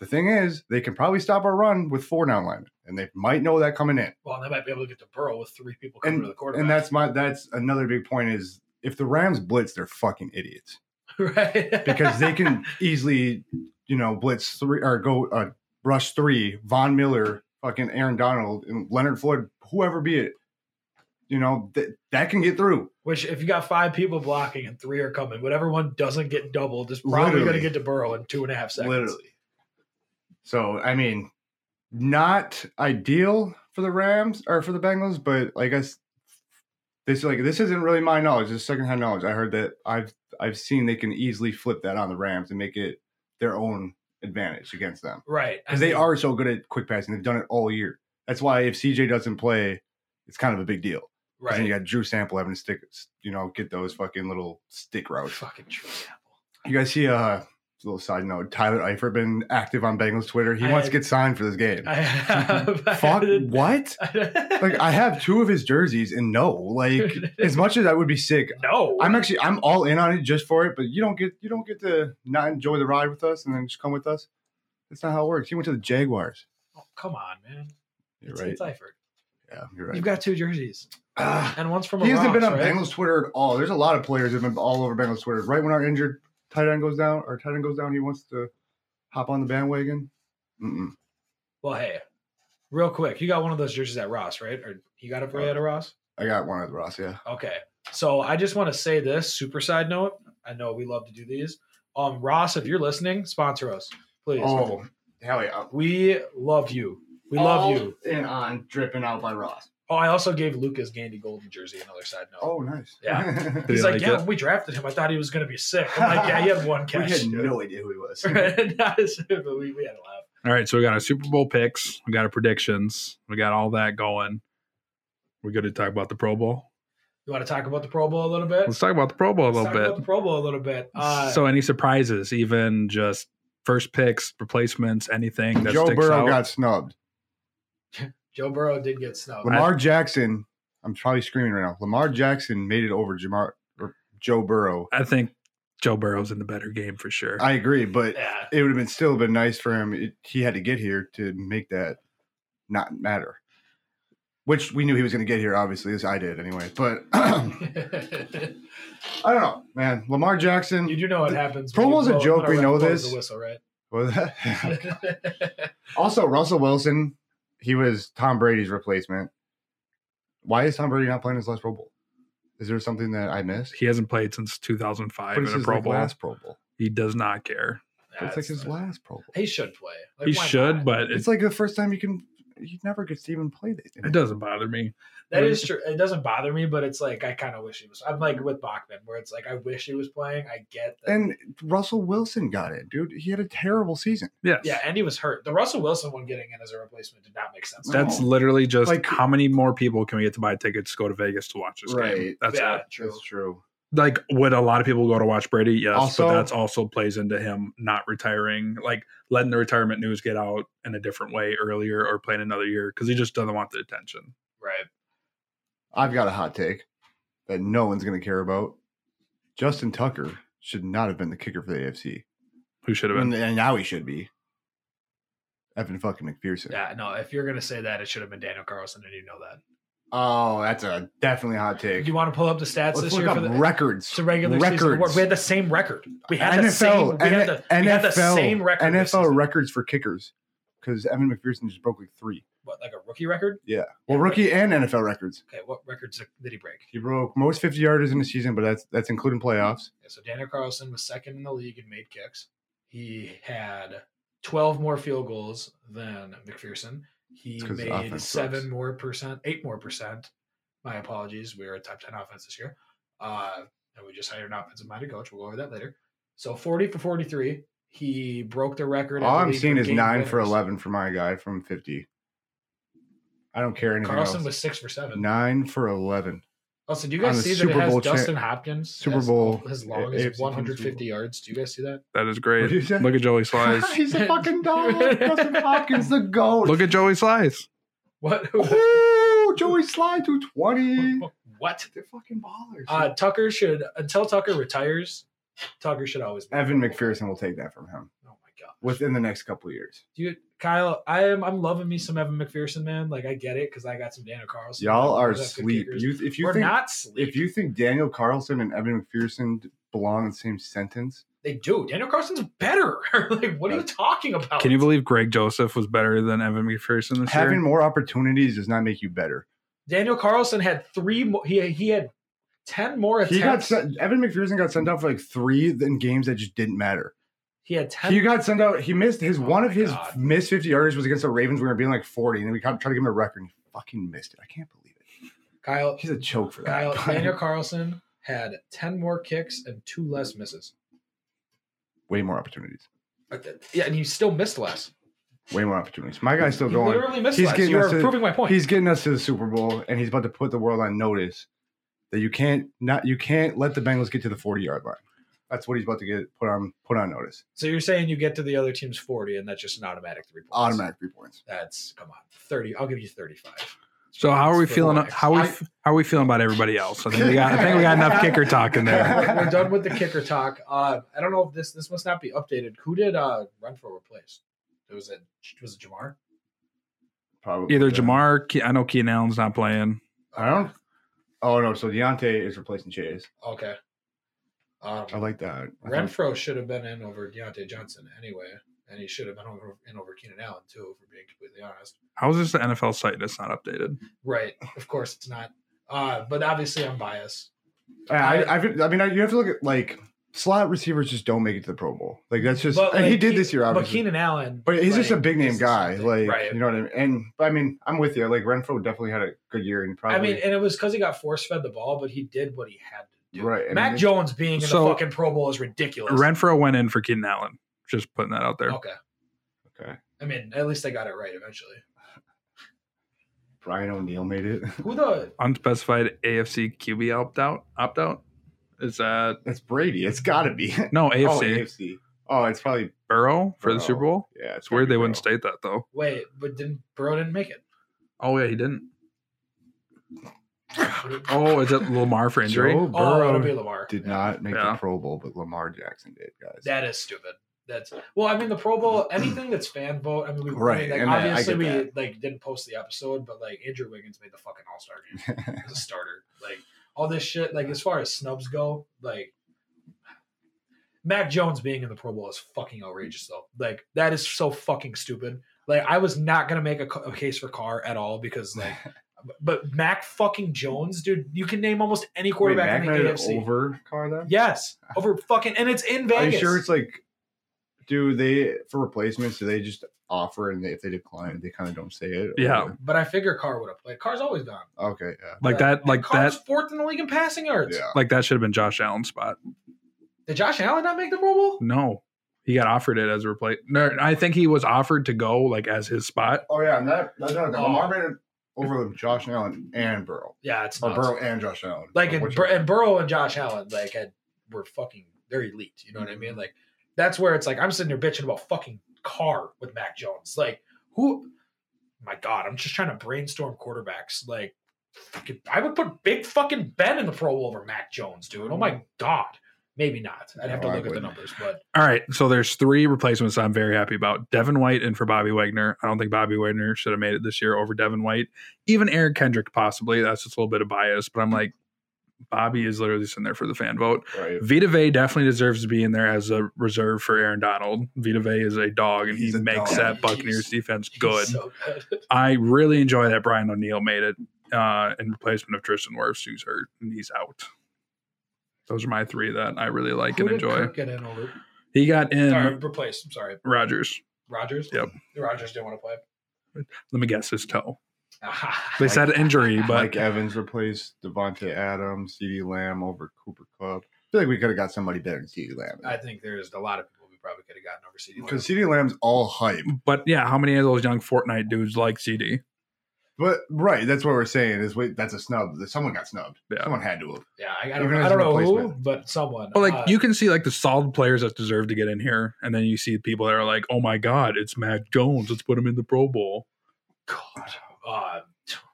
the thing is, they can probably stop our run with four down linemen, and they might know that coming in. Well, they might be able to get to Burrow with three people coming to the quarterback, And that's my that's another big point is if the Rams blitz, they're fucking idiots right because they can easily, you know, blitz three or go uh, rush three, Von Miller, fucking Aaron Donald, and Leonard Floyd, whoever be it. You know, th- that can get through. Which, if you got five people blocking and three are coming, whatever one doesn't get doubled is probably going to Literally. get to Burrow in two and a half seconds. Literally. So, I mean, not ideal for the Rams or for the Bengals, but like I s- this like this isn't really my knowledge, this is secondhand knowledge. I heard that I've I've seen they can easily flip that on the Rams and make it their own advantage against them. Right. I because they mean, are so good at quick passing. They've done it all year. That's why if CJ doesn't play, it's kind of a big deal. 'Cause Then Right. you got Drew Sample having to stick, you know, get those fucking little stick routes. Fucking true example. You guys see a uh, little side note: Tyler Eifert been active on Bengals Twitter. He I- wants to get signed for this game. I have. Fuck what? Like like, I have two of his jerseys, and no, like as much as that would be sick, no. Oh, I'm actually I'm all in on it just for it. But you don't get you don't get to not enjoy the ride with us and then just come with us. That's not how it works. He went to the Jaguars. Oh, come on, man. You're it's, right. it's Eifert. Yeah, you're right. You've got two jerseys, Ah. and one's from a He hasn't been Bronx, on right? Bengals Twitter at all. There's a lot of players that have been all over Bengals Twitter. Right when our injured tight end goes down, our tight end goes down, he wants to hop on the bandwagon. Mm-mm. Well, hey, real quick, you got one of those jerseys at Ross, right? Or you got it for you at a Ross? I got one of the Ross, yeah. Okay. So I just want to say this super side note. I know we love to do these. Um, Ross, if you're listening, sponsor us, please. Oh, hell yeah. We love you. We Oh. love you. And on dripping out by Ross. Oh, I also gave Lucas Gandy Golden jersey. Another side note. Oh, nice. Yeah. Did He's he like, like yeah, it? when we drafted him, I thought he was going to be sick. I'm like, yeah, he had one we catch. had no idea who he was. Not as- but we, we had a laugh. All right, so we got our Super Bowl picks, we got our predictions, we got all that going. We're good to talk about the Pro Bowl. You want to talk about the Pro Bowl a little bit? Let's talk about the Pro Bowl a Let's little talk bit. about the Pro Bowl a little bit. Uh, so, any surprises, even just first picks, replacements, anything that Joe sticks Burrow out? got snubbed. Joe Burrow did get snubbed. Lamar Jackson, I'm probably screaming right now. Lamar Jackson made it over Jamar or Joe Burrow. I think Joe Burrow's in the better game for sure. I agree, but Yeah. it would have been still been nice for him. It, he had to get here to make that not matter, which we knew he was going to get here. Obviously, as I did anyway. But I you don't know, man. Lamar Jackson. do know what happens. Pro when you Bowl's a blow- when joke, a we ref know blows this. The whistle, right? was that- also, Russell Wilson. He was Tom Brady's replacement. Why is Tom Brady not playing his last Pro Bowl? Is there something that I missed? He hasn't played since 2005 But in it's a his Pro like, Bowl. last Pro Bowl. He does not care. It's like That's his not- last Pro Bowl. He should play. Like, He why should, not? but it, It's like the first time you can. You never gets to even play this. it doesn't bother me. That is true. It doesn't bother me, but it's like I kind of wish he was. I'm like with Bachman, where it's like I wish he was playing. I get that. And Russell Wilson got it, dude. He had a terrible season. Yes. yeah, and he was hurt. The Russell Wilson one getting in as a replacement did not make sense. at That's all. literally just Like- how many more people can we get to buy tickets to go to Vegas to watch this game? Right. That's yeah, it. true. true. Like, would a lot of people go to watch Brady? Yes, Also- but that's also plays into him not retiring, like letting the retirement news get out in a different way earlier or playing another year because he just doesn't want the attention. Right. I've got a hot take that no one's going to care about. Justin Tucker should not have been the kicker for the AFC, Who should have been? and, and now he should be. Evan fucking McPherson. Yeah. No. If you're gonna say that, it should have been Daniel Carlson, and you know that. Oh, that's a definitely hot take. Do you want to pull up the stats Let's this look year up for the records. to regular season award? Records. We had the same record. We had the same. NFL, We had the, we had the NFL, same record. this NFL season. records for kickers because Evan McPherson just broke like three. What like a rookie record? Well, rookie and NFL records. Okay. What records did he break? He broke most 50 yarders in a season, but that's that's including playoffs. Yeah, so Daniel Carlson was second in the league in made kicks. He had 12 more field goals than McPherson. He It's 'cause the made offense seven sucks. more percent, eight more percent. My apologies. We were a top 10 offense this year. Uh, and we just hired an offensive minded coach. We'll go over that later. So 40 for 43. He broke the record. I All I'm believe, seeing for is game nine for winners. 11 for my guy from 50. I don't care anything Carlson else. was six for seven. nine for 11. Also, do you on guys the see that Super it has Bowl cha- Dustin Hopkins? Super as- Bowl- As long AFC as Super Bowl. 150 yards. Do you guys see that? that is What'd you great. say? Look at Joey Slice. He's a fucking dog. Dustin Hopkins, the goat. Look at Joey Slice. What? Ooh, Joey Sly to 20. what? They're fucking ballers. Uh, Tucker should until Tucker retires. Tucker should always be Evan available. McPherson will take that from him Oh my god, within the next couple of years. dude, Kyle, I am I'm loving me some Evan McPherson, man. Like I get it because I got some Daniel Carlson. Y'all Like, are those good sleep. kickers. You, if you We're think not sleep. if you think Daniel Carlson and Evan McPherson belong in the same sentence, they do. Daniel Carson's better. like what are you talking Oh, about? Can you believe Greg Joseph was better than Evan McPherson this having year? more opportunities does not make you better. Daniel Carlson had three. Mo- he he had ten more attempts. He got sent, Evan McPherson got sent out for like three in games that just didn't matter. He had ten. He got sent out. He missed his Oh one of my his God. missed fifty yarders was against the Ravens. when We were being like forty, and then we tried to give him a record. and He fucking missed it. I can't believe it. Kyle He's a choke for that. Kyle Daniel Carlson had ten more kicks and two less misses. way more opportunities. Like that- Yeah, and he still missed less. Way more opportunities. My guy's still He going. literally missed He's less. getting You us are to- proving my point. He's getting us to the Super Bowl, and he's about to put the world on notice that you can't not you can't let the Bengals get to the forty yard line. That's what he's about to get put on put on notice. So you're saying you get to the other team's 40, and that's just an automatic three points. Automatic three points. That's come on, 30. I'll give you 35. So how are we It's feeling? relaxed. How are we, I- how are we feeling about everybody else? I think we got. I think we got enough kicker talk in there. we're, we're done with the kicker talk. Uh, I don't know if this this must not be updated. Who did uh, Renfro replace? It was it was it Jamar? Probably Either Jamar, Ke- I know Keenan Allen's not playing. I don't. Oh no! So Deontay is replacing Chase. Okay. Um, I like that. I think- Renfro should have been in over Deontay Johnson anyway, and he should have been over, in over Keenan Allen too, if we're being completely honest. How is this the NFL site that's not updated? Right. Of course it's not. Uh, but obviously I'm biased. I, I, I mean, I- you have to look at like slot receivers just don't make it to the Pro Bowl. Like that's just and he like, did Ke- this year, obviously. But Keenan Allen, But he's just a like, big name is guy, something. like right. you know what I mean. And but, I mean, I'm with you. Like Renfro definitely had a good year, and I probably mean, and it was because he got force fed the ball, but he did what he had to do. right. I Mac mean, Jones being in So- the fucking Pro Bowl is ridiculous. Renfro went in for Keenan Allen. Just putting that out there. Oh. okay, Okay, I mean, at least they got it right eventually. Brian O'Neill made it. Who the Unspecified AFC QB opt out. Opt out. Is that That's Brady. It's got to be no AFC Oh, AFC. Oh, it's probably Burrow for the Burrow. Super Bowl? yeah. It's weird they wouldn't state that though. wait? But didn't Burrow didn't make it? Oh yeah, he didn't. Oh, is it Lamar for injury? Joe Oh, it'll be Burrow Lamar. did not make Yeah. the Pro Bowl, but Lamar Jackson did, guys. That is stupid. That's well, I mean, the Pro Bowl, anything that's fan vote. I mean, we, I mean, Right, like, and I- I obviously get we that. like didn't post the episode, but like Andrew Wiggins made the fucking All Star game as a starter. Like all this shit. Like as far as snubs go, like Mac Jones being in the Pro Bowl is fucking outrageous, though. Like that is so fucking stupid. Like I was not gonna make a, ca- a case for Carr at all because like, but Mac fucking Jones, dude, you can name almost any Wait, quarterback Mac in Knight the AFC. over car then? Yes, over fucking, and it's in Vegas. Are you sure it's like, do they for replacements? Do they just offer and they, if they decline, they kind of don't say it? Yeah. Or- But I figure Carr would have played. Carr's always gone. Okay. Yeah. Like that, like Carr's that, fourth in the league in passing yards. Yeah. like that should have been Josh Allen's spot. Did Josh Allen not make the Pro Bowl? No, he got offered it as a replace. No, I think he was offered to go like as his spot. Oh yeah, not not not Oh. Lamar made it over Josh Allen and Burrow, Yeah, it's or not. Burrow and Josh Allen. Like Or and, which Bur- one? and Burrow and Josh Allen like had were fucking they're elite. You know what I Mm-hmm. mean? Like that's where it's like I'm sitting there bitching about fucking Carr with Mac Jones. Like who? My God, I'm just trying to brainstorm quarterbacks. Like fucking, I would put Big fucking Ben in the Pro Bowl over Mac Jones, dude. Oh my God. Maybe not. I'd have Mm-hmm. to No, look I at the wouldn't. numbers, but All right, so there's three replacements I'm very happy about. Devin White and for Bobby Wagner. I don't think Bobby Wagner should have made it this year over Devin White. Even Eric Kendrick possibly. That's just a little bit of bias, but I'm like Bobby is literally sitting there for the fan vote. right. Vita Vey definitely deserves to be in there as a reserve for Aaron Donald. Vita Vey is a dog, and He's he a makes dog. that Buccaneers defense he's good. so good. I really enjoy that Brian O'Neill made it uh, in replacement of Tristan Wirfs, who's hurt and he's out. Those are my three that I really like Who and did enjoy. Kirk get in over? He got in Sorry, replace. I'm sorry, Rogers. Rogers. Yep. Rogers didn't want to play. Let me guess his toe. Ah, They said injury, but Mike Evans replaced Devonte Adams, C.D. Lamb over Cooper Cup. I feel like we could have got somebody better than C.D. I Lamb think there's a lot of people we probably could have gotten over CD. because C.D. Lamb's all hype. but yeah, how many of those young Fortnite dudes like CD? But right, that's what we're saying is wait, that's a snub. Someone got snubbed. Yeah. Someone had to have. Yeah, I, I don't, Even as I don't a know who, replacement. but someone. But like Uh, you can see like the solid players that deserve to get in here, and then you see people that are like, "Oh my God, it's Mac Jones. Let's put him in the Pro Bowl." God, uh,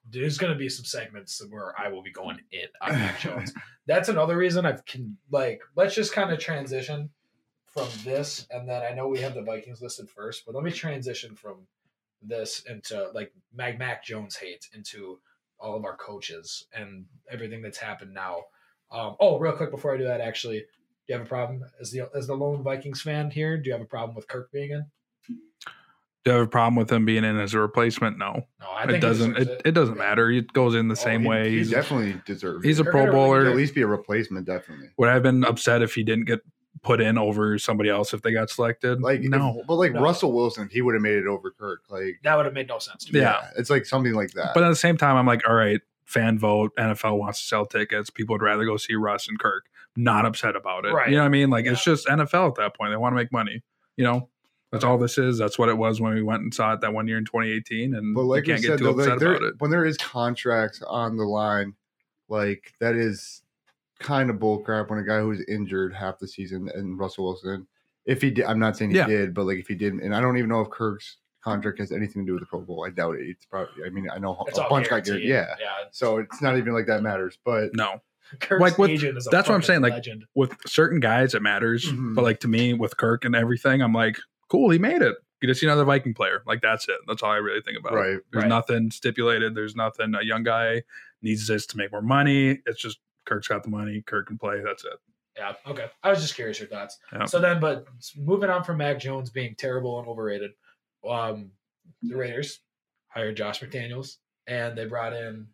there's going to be some segments where I will be going in on Mac Jones. That's another reason I've can like. Let's just kind of transition from this, and then I know we have the Vikings listed first, but let me transition from this into like Mac Mac Jones hate into all of our coaches and everything that's happened now. Um, oh, real quick before I do that, actually, do you have a problem as the as the lone Vikings fan here? Do you have a problem with Kirk being in? Do you have a problem with him being in as a replacement? No, No, I it think Oh, he doesn't. It, deserves it. doesn't Yeah. matter. It goes in the same he, way. He He's, definitely deserves. he's a They're Pro gonna really Should Bowler. at least be a replacement, definitely. Would I have been upset if he didn't get put in over somebody else if they got selected? Like no, if- but like No. Russell Wilson, he would have made it over Kirk. Like That would have made no sense to me. Yeah. it's like something like that. but at the same time, I'm like, all right, fan vote. NFL wants to sell tickets. People would rather go see Russ and Kirk. Not upset about it. Right. You know what I mean? Like it's just NFL at that point. They want to make money. You know. That's all this is. That's what it was when we went and saw it that one year in 2018, and But like um, you we can't said, get too though, upset like, there- about it. when there is contracts on the line, like that is kind of bullcrap when a guy who's injured half the season and Russell Wilson, if he did, I'm not saying he Yeah. did, but like if he didn't, and I don't even know if Kirk's contract has anything to do with the Pro Bowl. I doubt it. It's probably. I mean, I know It's a all bunch got guaranteed. guaranteed. Yeah. yeah. So it's not even like that matters, but No, Kirk's Like, with- agent is a that's what I'm fucking saying, like- legend. with certain guys it matters, Mhm. but like to me with Kirk and everything, I'm like, cool, he made it. You just see another Viking player. Like that's it. That's all I really think about. it. right. There's Right. nothing stipulated. There's nothing. A young guy needs this to make more money. It's just Kirk's got the money. Kirk can play. That's it. yeah. Okay. I was just curious your thoughts. Yeah. So then, but moving on from Mac Jones being terrible and overrated, um, the Raiders hired Josh McDaniels and they brought in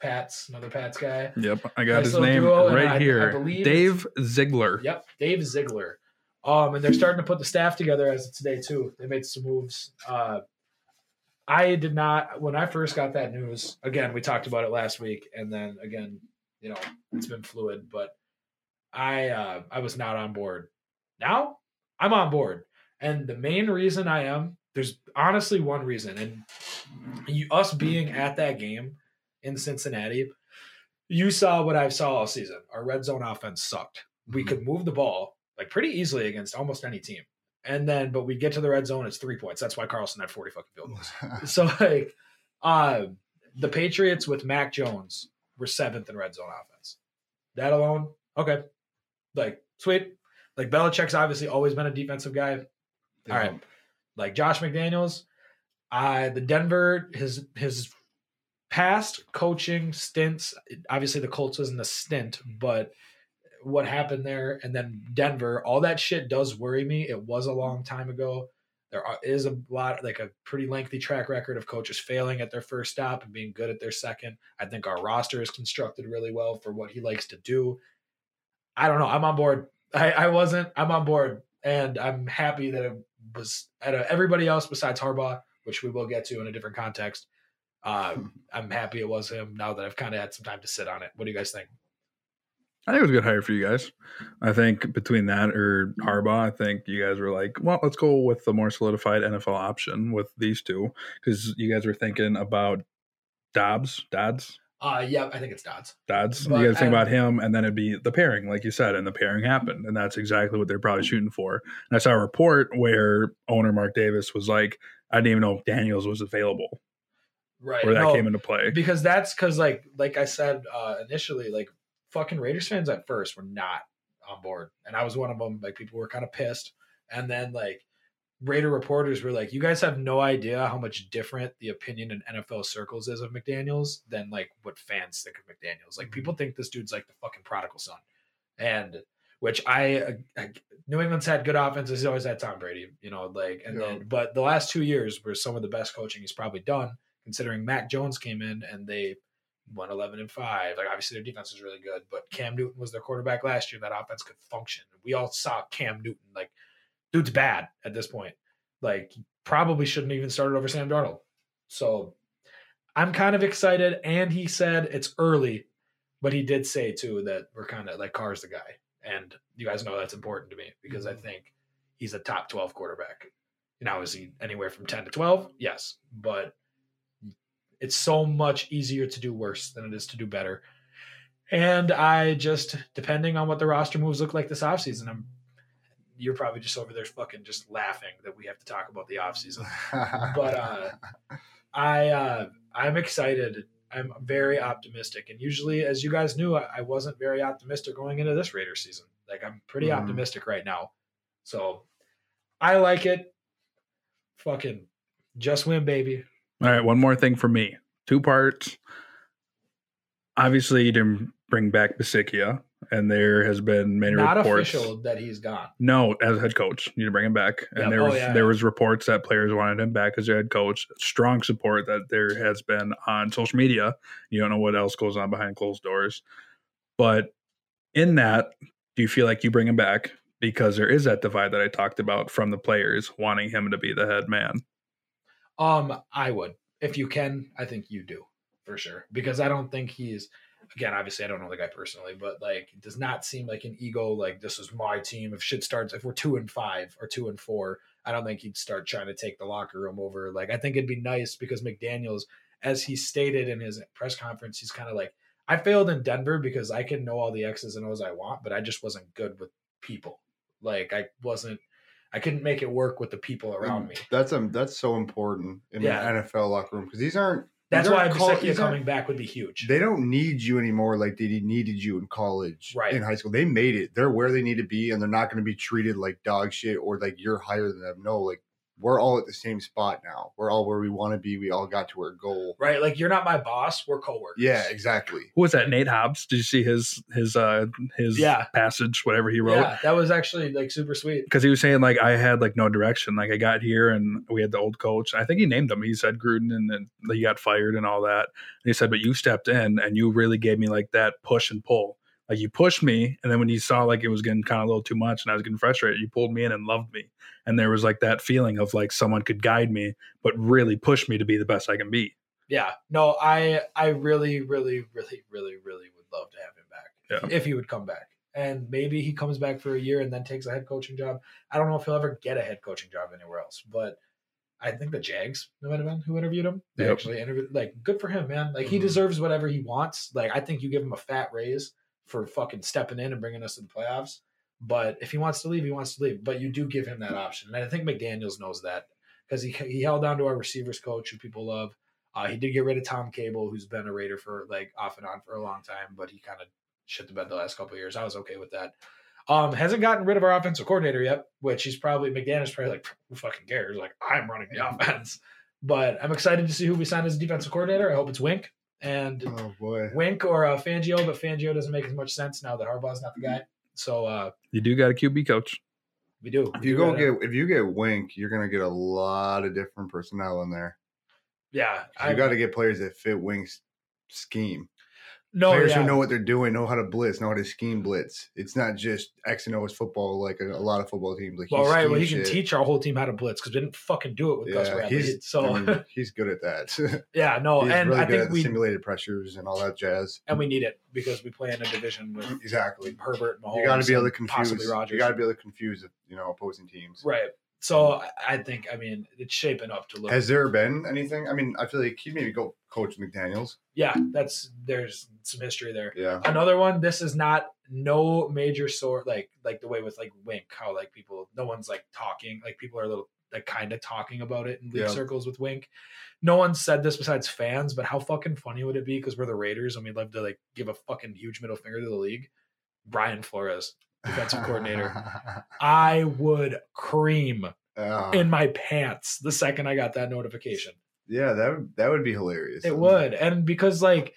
Pats, another Pats guy. Yep. I got Nice his little name duo, and right I- I here. believe Dave Ziegler. Yep, Dave Ziegler. Um, and they're starting to put the staff together as of today too. They made some moves. Uh, I did not when I first got that news. Again, we talked about it last week, and then again, you know, it's been fluid. But I uh, I was not on board. Now I'm on board, and the main reason I am there's honestly one reason, and you, us being at that game in Cincinnati, you saw what I saw all season. Our red zone offense sucked we could move the ball like pretty easily against almost any team. And then, but we get to the red zone, it's three points. That's why Carlson had 40 fucking field goals. So like, uh, the Patriots with Mac Jones We're seventh in red zone offense. That alone, okay. Like, sweet. Like, Belichick's obviously always been a defensive guy. They All right. don't. Like, Josh McDaniels, uh, the Denver, his, his past coaching stints, obviously the Colts wasn't a stint, but what happened there and then Denver, all that shit does worry me. It was a long time ago. There are, is a lot, like a pretty lengthy track record of coaches failing at their first stop and being good at their second. I think our roster is constructed really well for what he likes to do. I don't know. I'm on board. I, I wasn't. I'm on board, and I'm happy that it was. Out of everybody else besides Harbaugh, which we will get to in a different context, uh, I'm happy it was him. Now that I've kind of had some time to sit on it. What do you guys think? I think it was a good hire for you guys. I think between that or Harbaugh, I think you guys were like, well, let's go with the more solidified NFL option with these two because you guys were thinking about Dobbs, Dodds, Uh, yeah, I think it's Dodds. Dodds. But you guys think I- about him, and then it'd be the pairing, like you said, and the pairing happened, and that's exactly what they're probably shooting for. And I saw a report where owner Mark Davis was like, I didn't even know if Daniels was available, Right. where that No, came into play. because that's because like like I said uh, initially, like fucking Raiders fans at first were not on board, and I was one of them. Like people were kind of pissed, and then like Raider reporters were like, "You guys have no idea how much different the opinion in NFL circles is of McDaniel's than like what fans think of McDaniel's. Like people think this dude's like the fucking prodigal son, and." Which I, I New England's had good offenses. He's always had Tom Brady, you know, like and Yeah. then but the last two years were some of the best coaching he's probably done considering Mac Jones came in and they won 11 and 5. Like, obviously, their defense was really good, but Cam Newton was their quarterback last year. That offense could function. We all saw Cam Newton. Like, dude's bad at this point. Like, probably shouldn't even started over Sam Darnold. So I'm kind of excited. And he said it's early, but he did say, too, that we're kind of like Carr's the guy. And you guys know that's important to me because I think he's a top 12 quarterback. Now, is he anywhere from 10 to 12? Yes. But it's so much easier to do worse than it is to do better. And I just, depending on what the roster moves look like this offseason, I'm you're probably just over there fucking just laughing that we have to talk about the offseason. But uh I uh I'm excited. I'm very optimistic. And usually, as you guys knew, I, I wasn't very optimistic going into this Raider season. Like I'm pretty Mhm. optimistic right now. So I like it. Fucking just win, baby. All right, one more thing for me. Two parts. Obviously, you didn't bring back Basikia, and there has been many Not reports. official that he's gone. No, as head coach, you need to bring him back. And Yeah, there oh, was yeah. there was reports that players wanted him back as their head coach. Strong support that there has been on social media. You don't know what else goes on behind closed doors, but in that, do you feel like you bring him back because there is that divide that I talked about from the players wanting him to be the head man? Um, I would. If you can, I think you do for sure. Because I don't think he's again, obviously I don't know the guy personally, but like it does not seem like an ego like this is my team. If shit starts if we're two and five or two and four, I don't think he'd start trying to take the locker room over. Like I think it'd be nice because McDaniels, as he stated in his press conference, he's kind of like, I failed in Denver because I can know all the X's and O's I want, but I just wasn't good with people. Like I wasn't I couldn't make it work with the people around me. That's um that's so important in Yeah. the NFL locker room because these aren't That's These why aren't call- Bisecchia these aren't- coming back would be huge. they don't need you anymore like they needed you in college Right. in high school. They made it. They're where they need to be and they're not going to be treated like dog shit or like you're higher than them. No, like we're all at the same spot now. We're all where we want to be. We all got to our goal. right? Like you're not my boss, we're coworkers. Yeah, exactly. who was that? Nate Hobbs. Did you see his his uh his Yeah. passage, whatever he wrote? yeah, that was actually like super sweet. Because he was saying like I had like no direction. Like I got here and we had the old coach. I think he named him. He said Gruden, and then he got fired and all that. And he said, but you stepped in and you really gave me like that push and pull. Like you pushed me, and then when you saw like it was getting kind of a little too much, and I was getting frustrated, you pulled me in and loved me. And there was like that feeling of like someone could guide me, but really push me to be the best I can be. Yeah. No, I I really, really, really, really, really would love to have him back. Yeah. If he would come back. And maybe he comes back for a year and then takes a head coaching job. I don't know if he'll ever get a head coaching job anywhere else, but I think the Jags might have been who interviewed him. They Yep. Mm-hmm. actually interviewed like good for him, man. Like he Mhm. deserves whatever he wants. Like I think you give him a fat raise for fucking stepping in and bringing us to the playoffs. But if he wants to leave, he wants to leave. But you do give him that option, and I think McDaniel's knows that because he he held on to our receivers coach, who people love. Uh, he did get rid of Tom Cable, who's been a Raider for like off and on for a long time, but he kind of shit the bed the last couple of years. I was okay with that. Um, hasn't gotten rid of our offensive coordinator yet, which he's probably McDaniel's probably like, who fucking cares? Like I'm running the offense. But I'm excited to see who we sign as defensive coordinator. I hope it's Wink and Oh boy. Wink or uh, Fangio, but Fangio doesn't make as much sense now that Harbaugh's not the guy. So uh, You do got a QB coach. we do. If We you do go gotta- get if you get Wink, you're gonna get a lot of different personnel in there. yeah, You got to get players that fit Wink's scheme. no, players Oh, yeah. who know what they're doing, know how to blitz, know how to scheme blitz. It's not just X and O's football like a, a lot of football teams. Like Well, he's right. Well, he scheme can shit. teach our whole team how to blitz because we didn't fucking do it with Gus Yeah, Bradley. he's so I mean, he's good at that. he's yeah, no, and really I good at think the we simulated pressures and all that jazz. and we need it because we play in a division with Exactly. Herbert, Mahomes, You got to be able to and possibly confuse. Rodgers. You got to be able to confuse, you know, opposing teams. right. So I- I think I mean it's shaping up to look. Has there been anything? I mean, I feel like he maybe go coach McDaniel's. yeah, that's there's some history there. Yeah. Another one. This is not no major sort like like the way with like Wink, how like people no one's like talking, like people are a little like kind of talking about it in league Yeah. circles with Wink. No one said this besides fans, but how fucking funny would it be because we're the Raiders and we love to like give a fucking huge middle finger to the league? Brian Flores, defensive coordinator. I would cream Ah, in my pants the second I got that notification. yeah, that would- that would be hilarious. It would, and because like,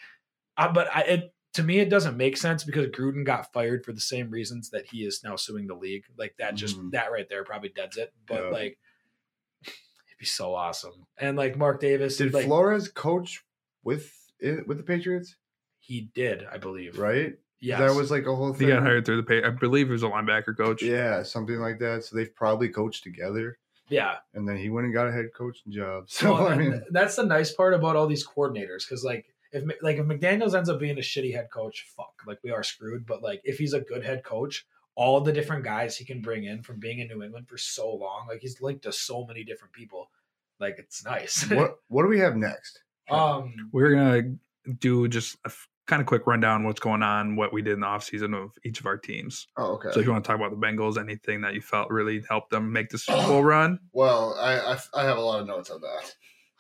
I, but I, it to me it doesn't make sense because Gruden got fired for the same reasons that he is now suing the league. Like that, just Mhm. that right there probably deads it. But Yeah. like, it'd be so awesome. And like Mark Davis, Did like, Flores coach with it, with the Patriots? he did, I believe, Right? Yes, That was like a whole He thing. got hired through the pay. I believe he was a linebacker coach. Yeah, something like that. So they've probably coached together, yeah. and then he went and got a head coaching job. So Well, I and mean, that's the nice part about all these coordinators because like. If, Ma- like if McDaniels ends up being a shitty head coach, fuck, like we are screwed. But like if he's a good head coach, all the different guys he can bring in from being in New England for so long, like he's linked to so many different people, like it's nice. what what do we have next? um, We're gonna do just a kind of quick rundown of what's going on, what we did in the offseason of each of our teams. Oh, okay. So if you want to talk about the Bengals, anything that you felt really helped them make the Super Bowl run, well, I, I I have a lot of notes on that.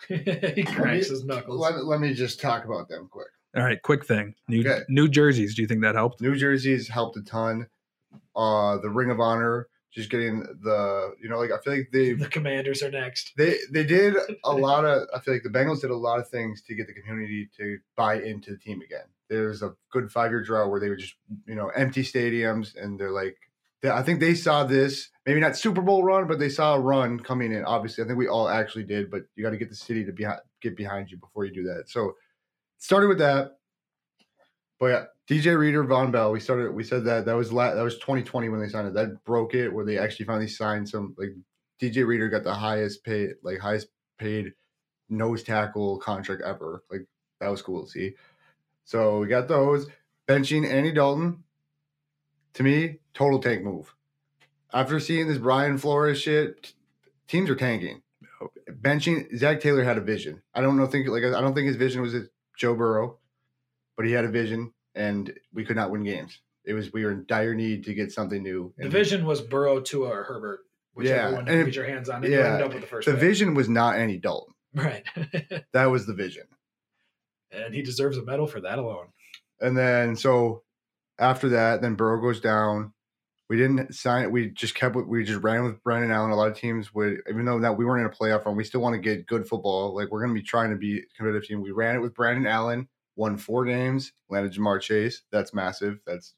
he cracks his knuckles. Let, let me just talk about them quick. all right, quick thing. New Okay. New Jerseys. Do you think that helped? New Jersey's helped a ton. Uh, the Ring of Honor, just getting the you know, like I feel like they The Commanders are next. they they did a lot of I feel like the Bengals did a lot of things to get the community to buy into the team again. There's a good five year drought where they were just you know empty stadiums and they're like they- I think they saw this maybe not Super Bowl run but they saw a run coming in. Obviously, I think we all actually did, but you got to get the city to be get behind you before you do that. So started with that. But yeah, DJ Reader, Von Bell, we started. We said that that was la- that was 2020 when they signed it. That broke it where they actually finally signed some like DJ Reader got the highest paid, like highest paid nose tackle contract ever. Like that was cool to see. So we got those benching Andy Dalton. To me, total tank move. After seeing this Brian Flores shit, t- teams are tanking. Benching Zach Taylor had a vision. I don't know think like I don't think his vision was Joe Burrow, but he had a vision, and we could not win games. It was we were in dire need to get something new. The and- vision was Burrow, Tua, or Herbert, Yeah, whichever one and you it- put your hands on. And you yeah, end up with the first. The pick. vision was not Andy Dalton. right? That was the vision. and he deserves a medal for that alone. And then so after that, then Burrow goes down. We didn't sign it. We just kept. with- We just ran with Brandon Allen. A lot of teams would, even though that we weren't in a playoff run, we still want to get good football. Like we're going to be trying to be competitive team. We ran it with Brandon Allen. Won four games. Landed Jamar Chase. That's massive. That's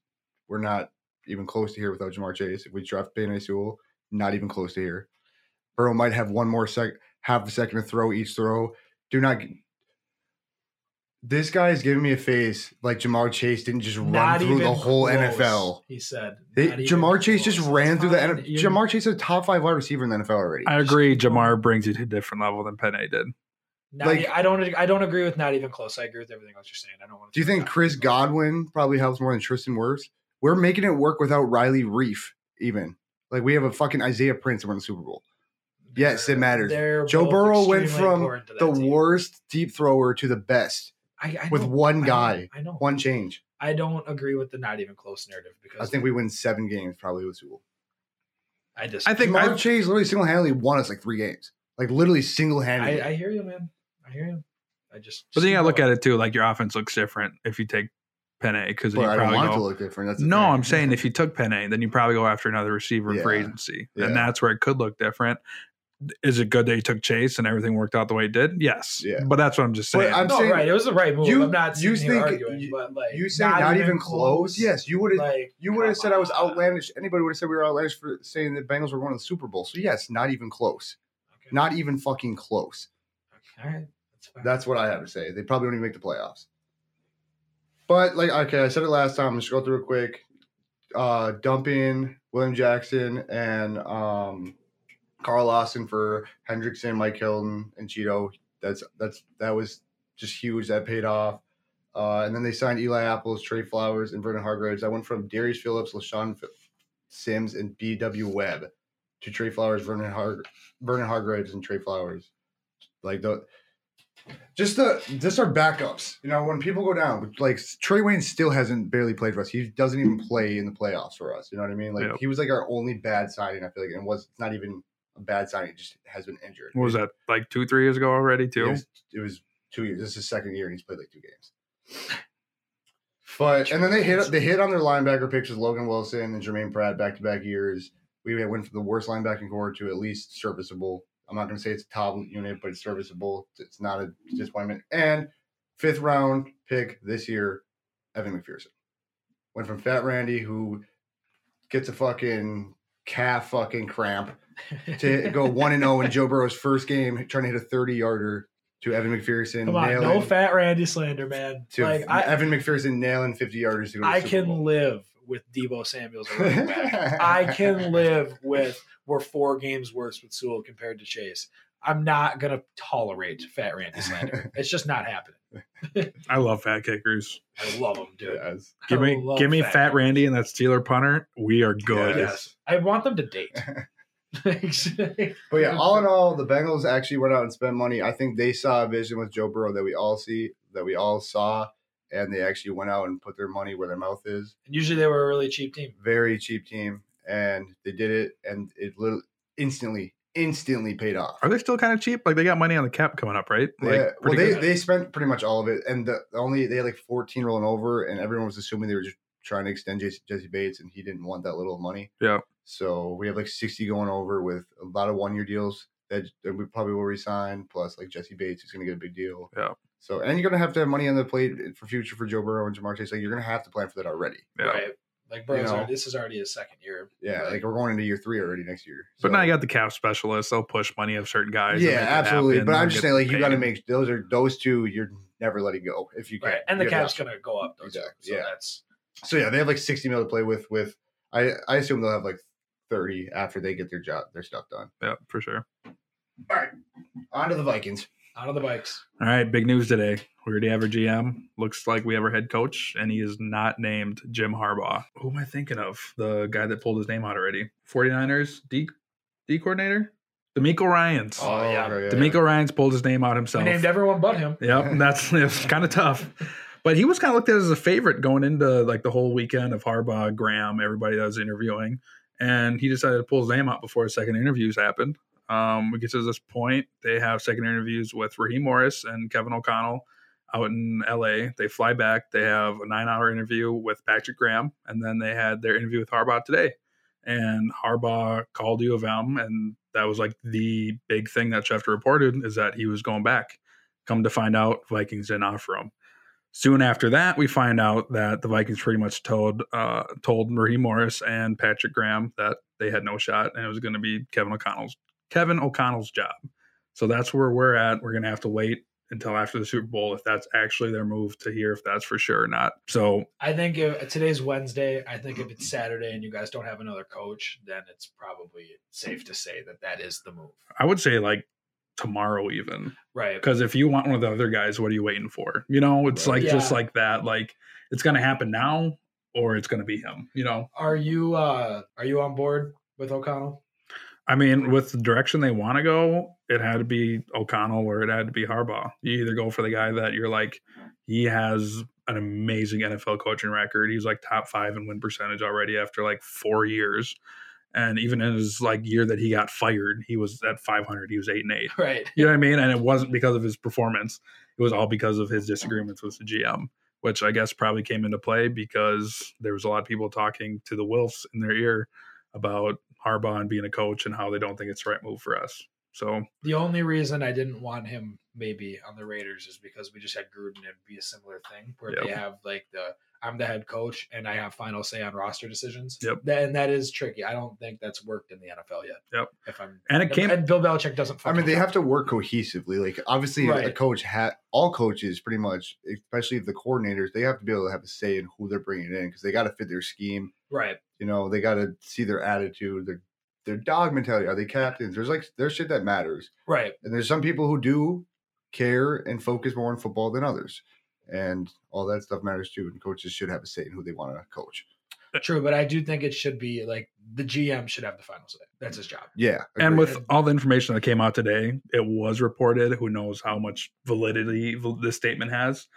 we're not even close to here without Jamar Chase. If we draft Benny Sewell, not even close to here. Burrow might have one more sec, half a second to throw each throw. Do not. g- This guy is giving me a face like Jamar Chase didn't just run Not through the even whole close, NFL. He said. They, Not even Jamar Chase just close. ran It's through the fine. NFL. You- Jamar Chase is a top five wide receiver in the NFL already. I agree. Jamar brings you to a different level than Penne did. Not Like- e- I don't. I don't agree with not even close. I agree with everything else you're saying. I don't want. to Do you think Chris Godwin probably helps more than Tristan Wirfs? We're making it work without Riley Reef, even. Like we have a fucking Isaiah Prince and we're in the Super Bowl. Yes, it matters. Joe Burrow went from the worst deep thrower to the best I, I with know, I one know, guy, I know. one change. I don't agree with the not even close narrative because I think we win seven games probably with Super Bowl. I just. I think Jamar I- Chase literally single handedly won us like three games. Like literally single handedly. I, I hear you, man. I hear you. I just. But then you gotta look at it too. Like your offense looks different if you take Penne because you But I don't probably want it go, to look different. That's the no, thing. I'm saying if you took Penne, then you probably go after another receiver in free Yeah. agency, Yeah. and that's where it could look different. Is it good that you took Chase and everything worked out the way it did? Yes. Yeah. But that's what I'm just But saying. I'm No, saying- right. It was the right move. You- I'm not you sitting here think- arguing, you- but like you say not, even close. Yes, you would have. Like you would have come said I was on. outlandish. Anybody would have said we were outlandish for saying the Bengals were going to the Super Bowl. So yes, not even close. Okay. Not even fucking close. All right. That's fine. That's what I have to say. They probably don't even make the playoffs. But like, okay, I said it last time. I'm just go through it quick. Uh, dumping William Jackson and um, Carl Lawson for Hendrickson, Mike Hilton, and Cheeto. That's that's that was just huge. That paid off. Uh, and then they signed Eli Apples, Trey Flowers, and Vernon Hargraves. That went from Darius Phillips, LaShawn F- Sims, and B.W. Webb to Trey Flowers, Vernon, Har- Vernon Hargraves, and Trey Flowers. Like the just the just our backups. You know, when people go down, like Trey Wayne still hasn't barely played for us. He doesn't even play in the playoffs for us. You know what I mean? Like Yep. he was like our only bad signing. I feel like, and was not even a bad signing. He just has been injured. what was that? Like two, three years ago already It too? was, it was two years. This is his second year, and he's played like two games. But and then they hit they hit on their linebacker picks with Logan Wilson and Jermaine Pratt back to back years. We went from the worst linebacking core to at least serviceable. I'm not going to say it's a top unit, but it's serviceable. It's not a disappointment. And fifth round pick this year, Evan McPherson went from Fat Randy, who gets a fucking calf fucking cramp, to go one and zero in Joe Burrow's first game, trying to hit a thirty yarder to Evan McPherson. Come on, nailing, no fat Randy slander, man. to like I, Evan McPherson nailing fifty yarders to go to I the Super can Bowl. live with Debo Samuel's. a running back. I can live with we're four games worse with Sewell compared to Chase. I'm not gonna tolerate Fat Randy slander. It's just not happening. I love fat kickers. I love him, dude. Yes. Give I me love give me fat fat, Randy and that Steeler punter. We are good. Yes, I want them to date. But yeah, all in all, the Bengals actually went out and spent money. I think they saw a vision with Joe Burrow that we all see, that we all saw, and they actually went out and put their money where their mouth is. usually they were a really cheap team. very cheap team, and they did it, and it literally instantly, instantly paid off. Are they still kind of cheap? Like they got money on the cap coming up, right? Like yeah, well, pretty they, good. they spent pretty much all of it, and the the only they had like fourteen rolling over, and everyone was assuming they were just trying to extend Jesse, Jesse Bates, and he didn't want that little money. Yeah. So we have like sixty going over with a lot of one year deals that that we probably will resign. Plus, like Jesse Bates is going to get a big deal. Yeah. So and you're going to have to have money on the plate for future for Joe Burrow and Jamar Chase. Like you're going to have to plan for that already. Yeah. Right. Like, bro, You know. this is already his second year. Yeah. Like we're going into year three already next year. But now So- you got the cap specialists. They'll push money of certain guys. and Yeah, make it absolutely. happen But I'm and just get saying, like, you got to paid. make those are those two. You're never letting go if you can. Right. And the You have cap's to. going to go up. Those Exactly, So yeah. that's So yeah, they have like 60 mil to play with. With I, I assume they'll have like 30 after they get their job, their stuff done. Yeah, for sure. On to the Vikings. out of the bikes. All right, big news today. We already have our GM. Looks like we have our head coach, and he is not named Jim Harbaugh. Who am I thinking of? The guy that pulled his name out already. 49ers D D coordinator? D'Amico Ryans. Oh, yeah. okay, D'Amico Ryans pulled his name out himself. We named everyone but him. Yep, and that's it's kind of tough. But he was kind of looked at as a favorite going into like the whole weekend of Harbaugh, Graham, everybody that was interviewing, and he decided to pull his name out before his second interviews happened. Um, we get to this point, they have second interviews with Raheem Morris and Kevin O'Connell out in L.A. They fly back. They have a nine-hour interview with Patrick Graham, and then they had their interview with Harbaugh today. And Harbaugh called U of M, and that was like the big thing that Schefter reported is that he was going back. Come to find out, Vikings didn't offer him. Soon after that, we find out that the Vikings pretty much told uh, told Marie Morris and Patrick Graham that they had no shot, and it was going to be Kevin O'Connell's Kevin O'Connell's job. So that's where we're at. We're going to have to wait until after the Super Bowl if that's actually their move to hear if that's for sure or not. So I think if, today's Wednesday. I think if it's Saturday and you guys don't have another coach, then it's probably safe to say that that is the move. I would say like tomorrow even Right. because if you want one of the other guys, what are you waiting for? You know, it's Right. like just Yeah. like that. Like it's going to happen now, or it's going to be him. You know, Are you uh are you on board with O'Connell? I mean, with the direction they want to go, it had to be O'Connell or it had to be Harbaugh. You either go for the guy that you're like, he has an amazing NFL coaching record. He's like top five in win percentage already after like four years. And even in his like year that he got fired, he was at 500. He was eight and eight. Right. You know what I mean? And it wasn't because of his performance. It was all because of his disagreements with the GM, which I guess probably came into play because there was a lot of people talking to the Wilfs in their ear about Harbaugh and being a coach and how they don't think it's the right move for us. So The only reason I didn't want him maybe on the Raiders is because we just had Gruden and be a similar thing where they Yep. have like the I'm the head coach and I have final say on roster decisions. Yep. That- and that is tricky. I don't think that's worked in the NFL yet. Yep. If I'm and it and- came and Bill Belichick doesn't. I mean, fucking they know. have to work cohesively. Like, obviously, a Right. coach had all coaches pretty much, especially the coordinators, they have to be able to have a say in who they're bringing in because they got to fit their scheme. right. You know, they got to see their attitude, their their dog mentality. Are they captains? There's like there's shit that matters, Right. and there's some people who do care and focus more on football than others, and all that stuff matters too. And coaches should have a say in who they want to coach. True, but I do think it should be like the GM should have the final say. That's his job. Yeah, and agreed. with all the information that came out today, it was reported. Who knows how much validity val- this statement has?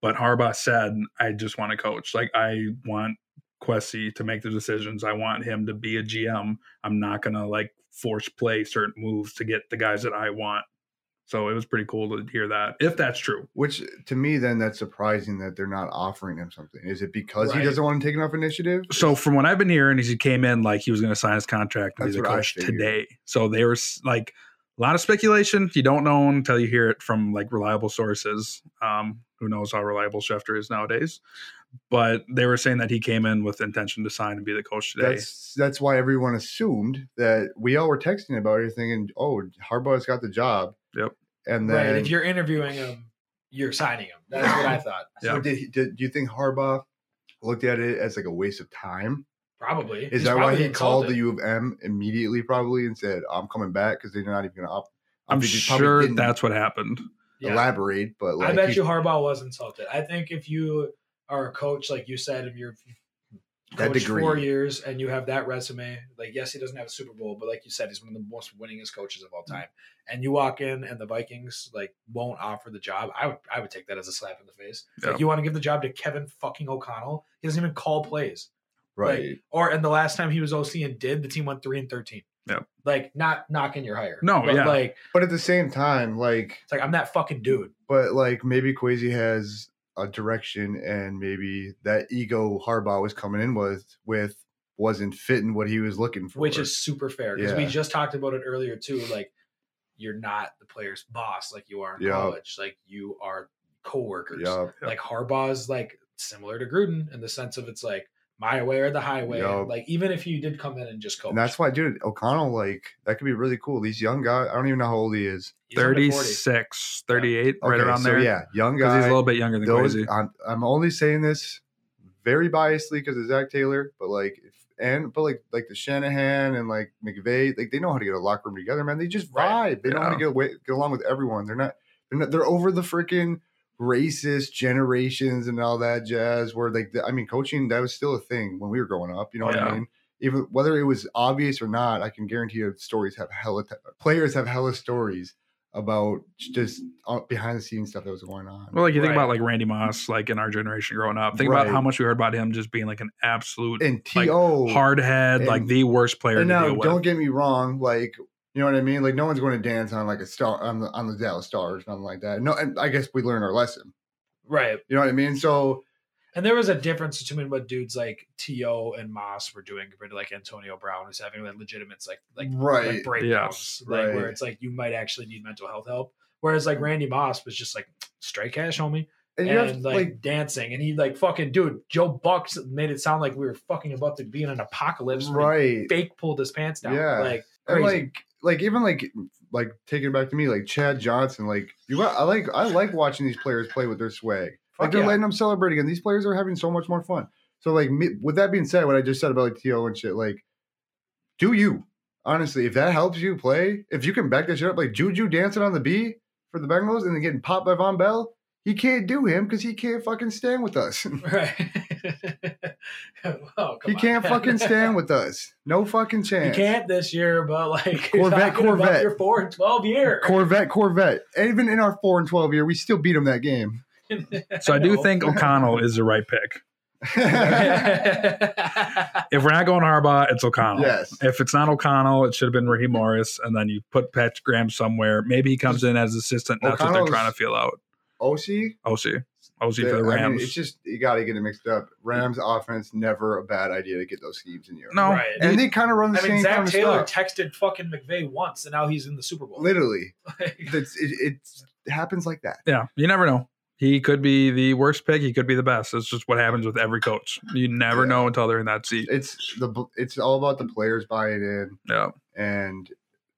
But Harbaugh said, "I just want to coach. Like I want Quessy to make the decisions. I want him to be a GM. I'm not gonna like force play certain moves to get the guys that I want." So it was pretty cool to hear that, if that's true. Which to me, then that's surprising that they're not offering him something. Is it because Right. he doesn't want to take enough initiative? So from what I've been hearing, is he came in like he was going to sign his contract and be That's the what I coach figured. today. So they were s- like a lot of speculation. You don't know until you hear it from like reliable sources. Um, who knows how reliable Schefter is nowadays? But they were saying that he came in with intention to sign and be the coach today. That's that's why everyone assumed that we all were texting about it, thinking, "Oh, Harbaugh's got the job." Yep. And right. then, If you're interviewing him, you're signing him. That's what I thought. so Yeah. did, he- did do you think Harbaugh looked at it as like a waste of time? Probably. Is He's that why probably he called insulted. the U of M immediately, probably, and said, "I'm coming back" because they're not even going to up? I I'm think he probably sure didn't that's what happened. Yeah. elaborate, but like I bet he- you Harbaugh was insulted. I think if you are a coach, like you said, if you're That coached four degree. years and you have that resume, like yes, he doesn't have a Super Bowl, but like you said, he's one of the most winningest coaches of all time. And you walk in and the Vikings like won't offer the job. I would I would take that as a slap in the face. Yeah. Like you want to give the job to Kevin fucking O'Connell? He doesn't even call plays. Like, right. or and the last time he was OC and did, the team went three and thirteen. Yep. Like not knocking your hire. No, but yeah. Like but at the same time, like it's like I'm that fucking dude. but like maybe Quasi has a direction, and maybe that ego Harbaugh was coming in with with wasn't fitting what he was looking for. which is super fair because we Yeah. just talked about it earlier too. Like, you're not the player's boss like you are in Yeah. college. Like, you are coworkers. yeah, Like Harbaugh is like similar to Gruden in the sense of it's like my way or the highway. Yup. Like, even if you did come in and just coach, and that's why, dude, O'Connell like that could be really cool. These young guys, I don't even know how old he is. He's under 40. 36, 38, right Okay, around so there. Yeah, young Because guy. he's a little bit younger than those- Crazy. I'm, I'm only saying this very biasly because of Zach Taylor, but like if, and but like like the Shanahan and like McVay, like they know how to get a locker room together, man. They just vibe. Right. They know how to Yeah. get away, get along with everyone. They're not they're not they're over the freaking racist generations and all that jazz. Where like the, I mean, coaching that was still a thing when we were growing up. You know what Yeah. I mean? Even whether it was obvious or not, I can guarantee you stories have hella t- players have hella stories about just uh, behind the scenes stuff that was going on. Well, like you think Right. about like Randy Moss, like in our generation growing up, think about Right. how much we heard about him just being like an absolute and like, to hard head, like And- the worst player to And now, deal with. don't get me wrong, like you know what I mean. Like no one's going to dance on like a star on the on the Dallas Stars, nothing like that. No, and I guess we learned our lesson. right? You know what I mean? So And there was a difference between what dudes like To and Moss were doing compared to like Antonio Brown, who's having like legitimate like like right, like breakdowns, Yes. like where Right. it's like you might actually need mental health help. Whereas like Randy Moss was just like straight cash, homie, and, and you have to, like, like, dancing, and he like fucking dude. Joe Bucks made it sound like we were fucking about to be in an apocalypse. when he right, fake pulled his pants down. Yeah. like and crazy. like like even like like taking it back to me, like Chad Johnson, like you. got- I like I like watching these players play with their swag. Fuck Like they're yeah. letting them celebrate again. These players are having so much more fun. So like me, with that being said, what I just said about like To and shit, like do you honestly? If that helps you play, if you can back that shit up, like Juju dancing on the B for the Bengals and then getting popped by Von Bell, he can't do him because he can't fucking stand with us. right. oh, come he on, can't man. fucking stand with us. No fucking You chance. can't this year, but like you're Corvette, talking about Corvette. your four and twelve year. Corvette, Corvette. And even in our four and twelve year, we still beat him that game. so I, do know. think O'Connell is the right pick. yes. If we're not going Harbaugh, it's O'Connell. If it's not O'Connell, it should have been Raheem Morris, and then you put Pat Graham somewhere. Maybe he comes in as assistant. That's what O'Connell's- they're trying to feel out. OC. OC, OC Yeah, I for the mean, Rams. it's just you got to get it mixed up. Rams offense never a bad idea to get those schemes in you. no, Right. it- and they kind of run the I mean, same kind Zach of Taylor stuff. texted fucking McVay once, and now he's in the Super Bowl. Literally, it's, it, it happens like that. yeah, you never know. He could be the worst pick. He could be the best. It's just what happens with every coach. You never Yeah. know until they're in that seat. It's the bl- it's all about the players buying in Yeah, and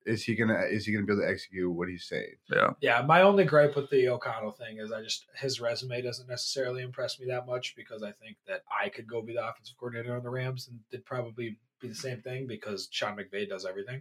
is he gonna is he gonna be able to execute what he's saying? yeah. yeah, my only gripe with the O'Connell thing is I just his resume doesn't necessarily impress me that much because I think that I could go be the offensive coordinator on the Rams and it'd probably be the same thing because Sean McVay does everything.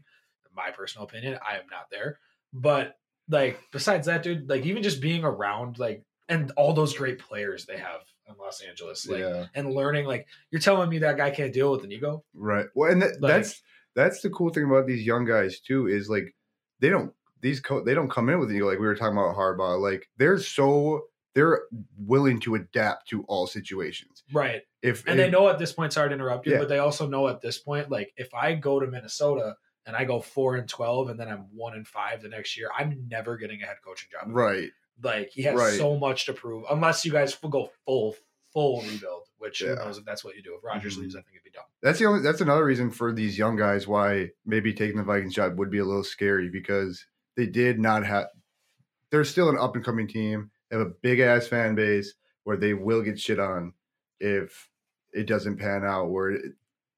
In my personal opinion, I am not there, but like besides that, dude, like even just being around like and all those great players they have in Los Angeles, like yeah, and learning, like you're telling me that guy can't deal with an ego. right. Well, and that, Like- that's that's the cool thing about these young guys too is like they don't these co- they don't come in with you like we were talking about Harbaugh. Like they're so they're willing to adapt to all situations. Right. If And if, they know at this point, sorry to interrupt you, Yeah. but they also know at this point, like if I go to Minnesota and I go four and twelve and then I'm one and five the next year, I'm never getting a head coaching job. right, Like he has Right. so much to prove. Unless you guys f- go full, full rebuild, which who Yeah. knows if that's what you do. If Rogers Mhm. leaves, I think it'd be dumb. That's the only. That's another reason for these young guys why maybe taking the Vikings job would be a little scary because they did not have. They're still an up and coming team. They have a big ass fan base where they will get shit on if it doesn't pan out. Where it,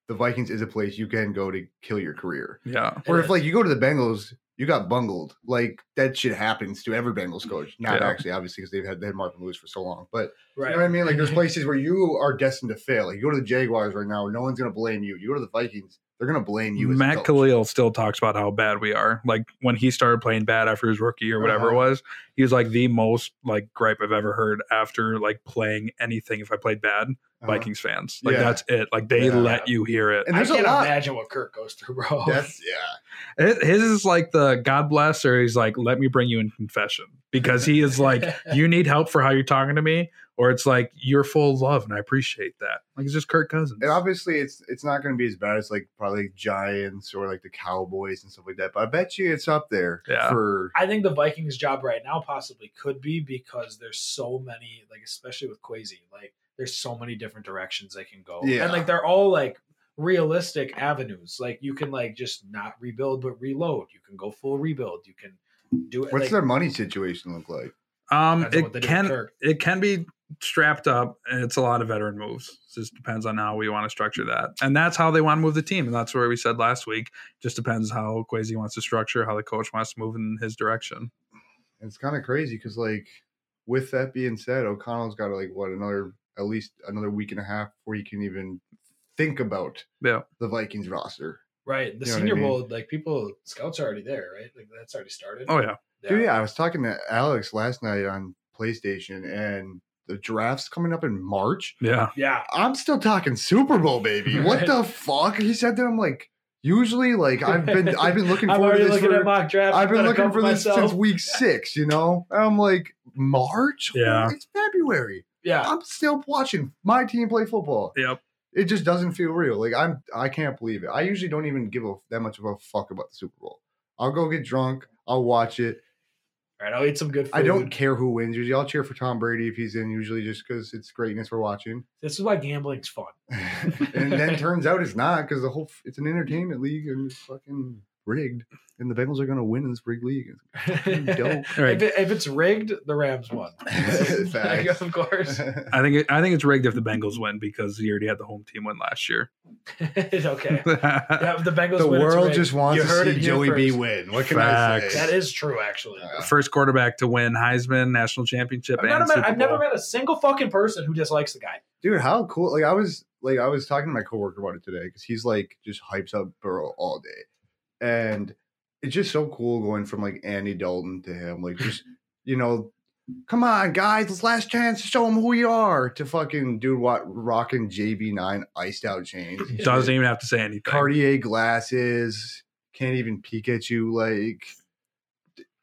the Vikings is a place you can go to kill your career. Yeah. It Or if is. like you go to the Bengals, you got bungled. Like that shit happens to every Bengals coach. Not Yeah. actually, obviously, because they've had they had Marvin Lewis for so long, but. Right. You know what I mean? Like there's Mm-hmm. places where you are destined to fail. Like you go to the Jaguars right now, no one's gonna blame you. You go to the Vikings, they're gonna blame you. As Matt a coach. Khalil still talks about how bad we are. Like when he started playing bad after his rookie or whatever it Uh-huh. was, he was like the most like gripe I've ever heard after like playing anything. If I played bad, Uh-huh. Vikings fans, like Yeah. that's it. Like they Yeah. let you hear it. And there's I a can't lot. imagine what Kirk goes through, bro. That's yeah. His his is like the God bless, or he's like, let me bring you in confession because he is like, you need help for how you're talking to me, or it's like you're full of love and I appreciate that. Like it's just Kirk Cousins. And obviously it's it's not gonna be as bad as like probably Giants or like the Cowboys and stuff like that. But I bet you it's up there Yeah. for I think the Vikings job right now possibly could be because there's so many, like especially with Quasi, like there's so many different directions they can go. Yeah. And like they're all like realistic avenues. Like you can like just not rebuild but reload. You can go full rebuild. You can do it. what's like, their money situation look like? depends on Um, what it they do with can Kirk. it can be strapped up. and It's a lot of veteran moves. It just depends on how we want to structure that, and that's how they want to move the team. And that's where we said last week. Just depends how Quasi wants to structure, how the coach wants to move in his direction. And it's kind of crazy because like with that being said, O'Connell's got like what another at least another week and a half before he can even think about Yeah. the Vikings roster. Right. The You know what I senior mean? bowl, like people scouts are already there, right? Like that's already started. Oh yeah, Dude, yeah, I was talking to Alex last night on PlayStation, and the draft's coming up in March. yeah. Yeah. I'm still talking Super Bowl, baby. What the fuck? He said that. I'm like, usually, like I've been, I've been looking I'm forward to already this. looking for- at mock drafts. I've been done a looking couple for this myself. since week six. You know, and I'm like March. Yeah. it's February. Yeah. I'm still watching my team play football. Yep. It just doesn't feel real. Like I'm, I can't believe it. I usually don't even give a, that much of a fuck about the Super Bowl. I'll go get drunk. I'll watch it. Right. I'll eat some good food. I don't care who wins. Usually, I'll cheer for Tom Brady if he's in. Usually, just because it's greatness we're watching. This is why gambling's fun. and then turns out it's not because the whole f- it's an entertainment league and it's fucking rigged. And the Bengals are gonna win in this rigged league. It's dope. All If, right. it, if it's rigged, the Rams won. Like, Facts. of course. I think it, I think it's rigged if the Bengals win because he already had the home team win last year. okay. Yeah, if the Bengals. the win, it's world rigged. just wants You to heard it see here Joey B first. win. What can I Facts. say? That is true, actually. Uh, First quarterback to win Heisman, national championship, I've, and not Super met, I've never Bowl. met a single fucking person who dislikes the guy. dude, how cool! Like I was like I was talking to my coworker about it today because he's like just hypes up Burrow all day, and it's just so cool going from like Andy Dalton to him, like just you know, come on guys, it's last chance to show him who you are. To fucking dude, what rocking JB nine iced out chains, Doesn't even have to say anything. Cartier glasses, can't even peek at you. Like,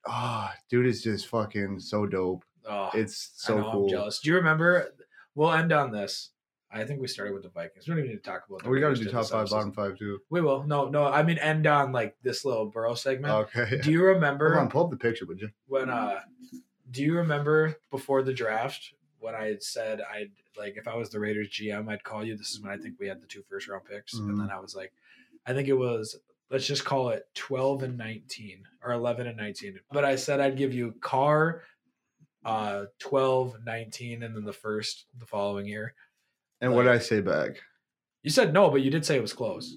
ah, dude is just fucking so dope. Oh, It's I so know, I'm cool. jealous. Do you remember? We'll end on this. I think we started with the Vikings. We don't even need to talk about. the We got to Bears do did top this five, episode. bottom five too. We will. No, no. I mean, end on like this little Burrow segment. Okay. Do you remember Hold Oh, on, pull up the picture, would you? when uh do you remember before the draft when I had said I'd like if I was the Raiders GM, I'd call you. This is when I think we had the two first round picks. Mm-hmm. And then I was like, I think it was let's just call it twelve and nineteen or eleven and nineteen. But I said I'd give you Carr uh 12, 19, and then the first the following year. And what did I say back? You said no, but you did say it was close.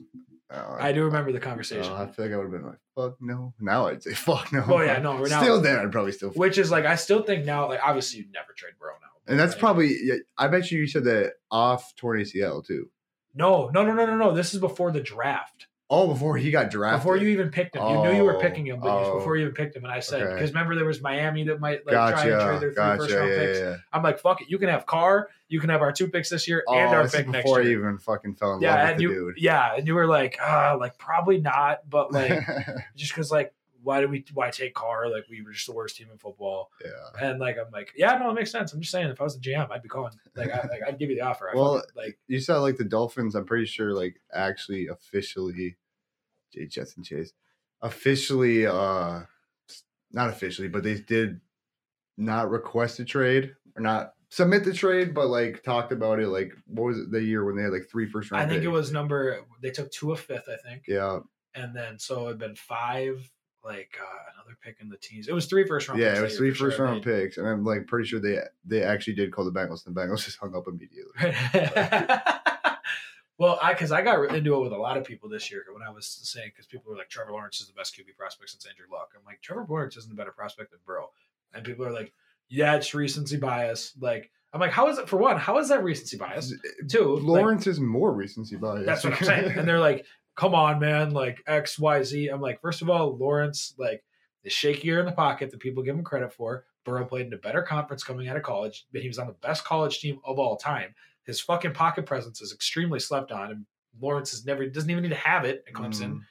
Oh, I do remember the oh, conversation. I feel like I would have been like, fuck no. Now I'd say fuck no. Oh, yeah, no, we're now- Still then I'd probably still. Which is like I still think now, like obviously you'd never trade Burrow now. and that's Like, probably. yeah, I bet you you said that off torn ACL too. No, no, no, no, no, no. This is before the draft. Oh, before he got drafted. Before you even picked him, you knew you were Oh, picking him, but you, oh. before you even picked him, and I said Okay. because remember there was Miami that might like try and trade gotcha, their three gotcha, first round yeah, picks. yeah, yeah. I'm like, fuck it, you can have Carr, you can have our two picks this year Oh, and our this is pick next before I year. even fucking fell in love Yeah, with and the you, dude. yeah, and you were like, ah, like probably not, but like just because like why did we why take Carr? Like we were just the worst team in football, yeah. and like I'm like, yeah, no, it makes sense. I'm just saying, if I was the GM, I'd be calling, like, I, like I'd give you the offer. I Well, fucking- like You said like the Dolphins. I'm pretty sure like actually officially, Jay Jetson Chase, officially uh, not officially, but they did not request a trade or not submit the trade, but like talked about it. Like what was it the year when they had like three first round? I think it picks? was number they took two of fifth, I think. Yeah, and then so it'd been five, like uh, another pick in the teens. It was three first round. yeah, picks it that was year three for sure, first round picks, and I'm like pretty sure they they actually did call the Bengals, and the Bengals just hung up immediately. right? well, I because I got into it with a lot of people this year when I was saying because people were like Trevor Lawrence is the best QB prospect since Andrew Luck. I'm like Trevor Lawrence isn't a better prospect than Burrow, and people are like, yeah, it's recency bias. Like I'm like, how is it for one? How is that recency bias? Two, like, Lawrence is more recency bias. That's what I'm saying. And they're like, come on, man, like X, Y, Z. I'm like, first of all, Lawrence, like, is shakier in the pocket than people give him credit for. Burrow played in a better conference coming out of college, but he was on the best college team of all time. His fucking pocket presence is extremely slept on, and Lawrence is never doesn't even need to have it at Clemson. Mm,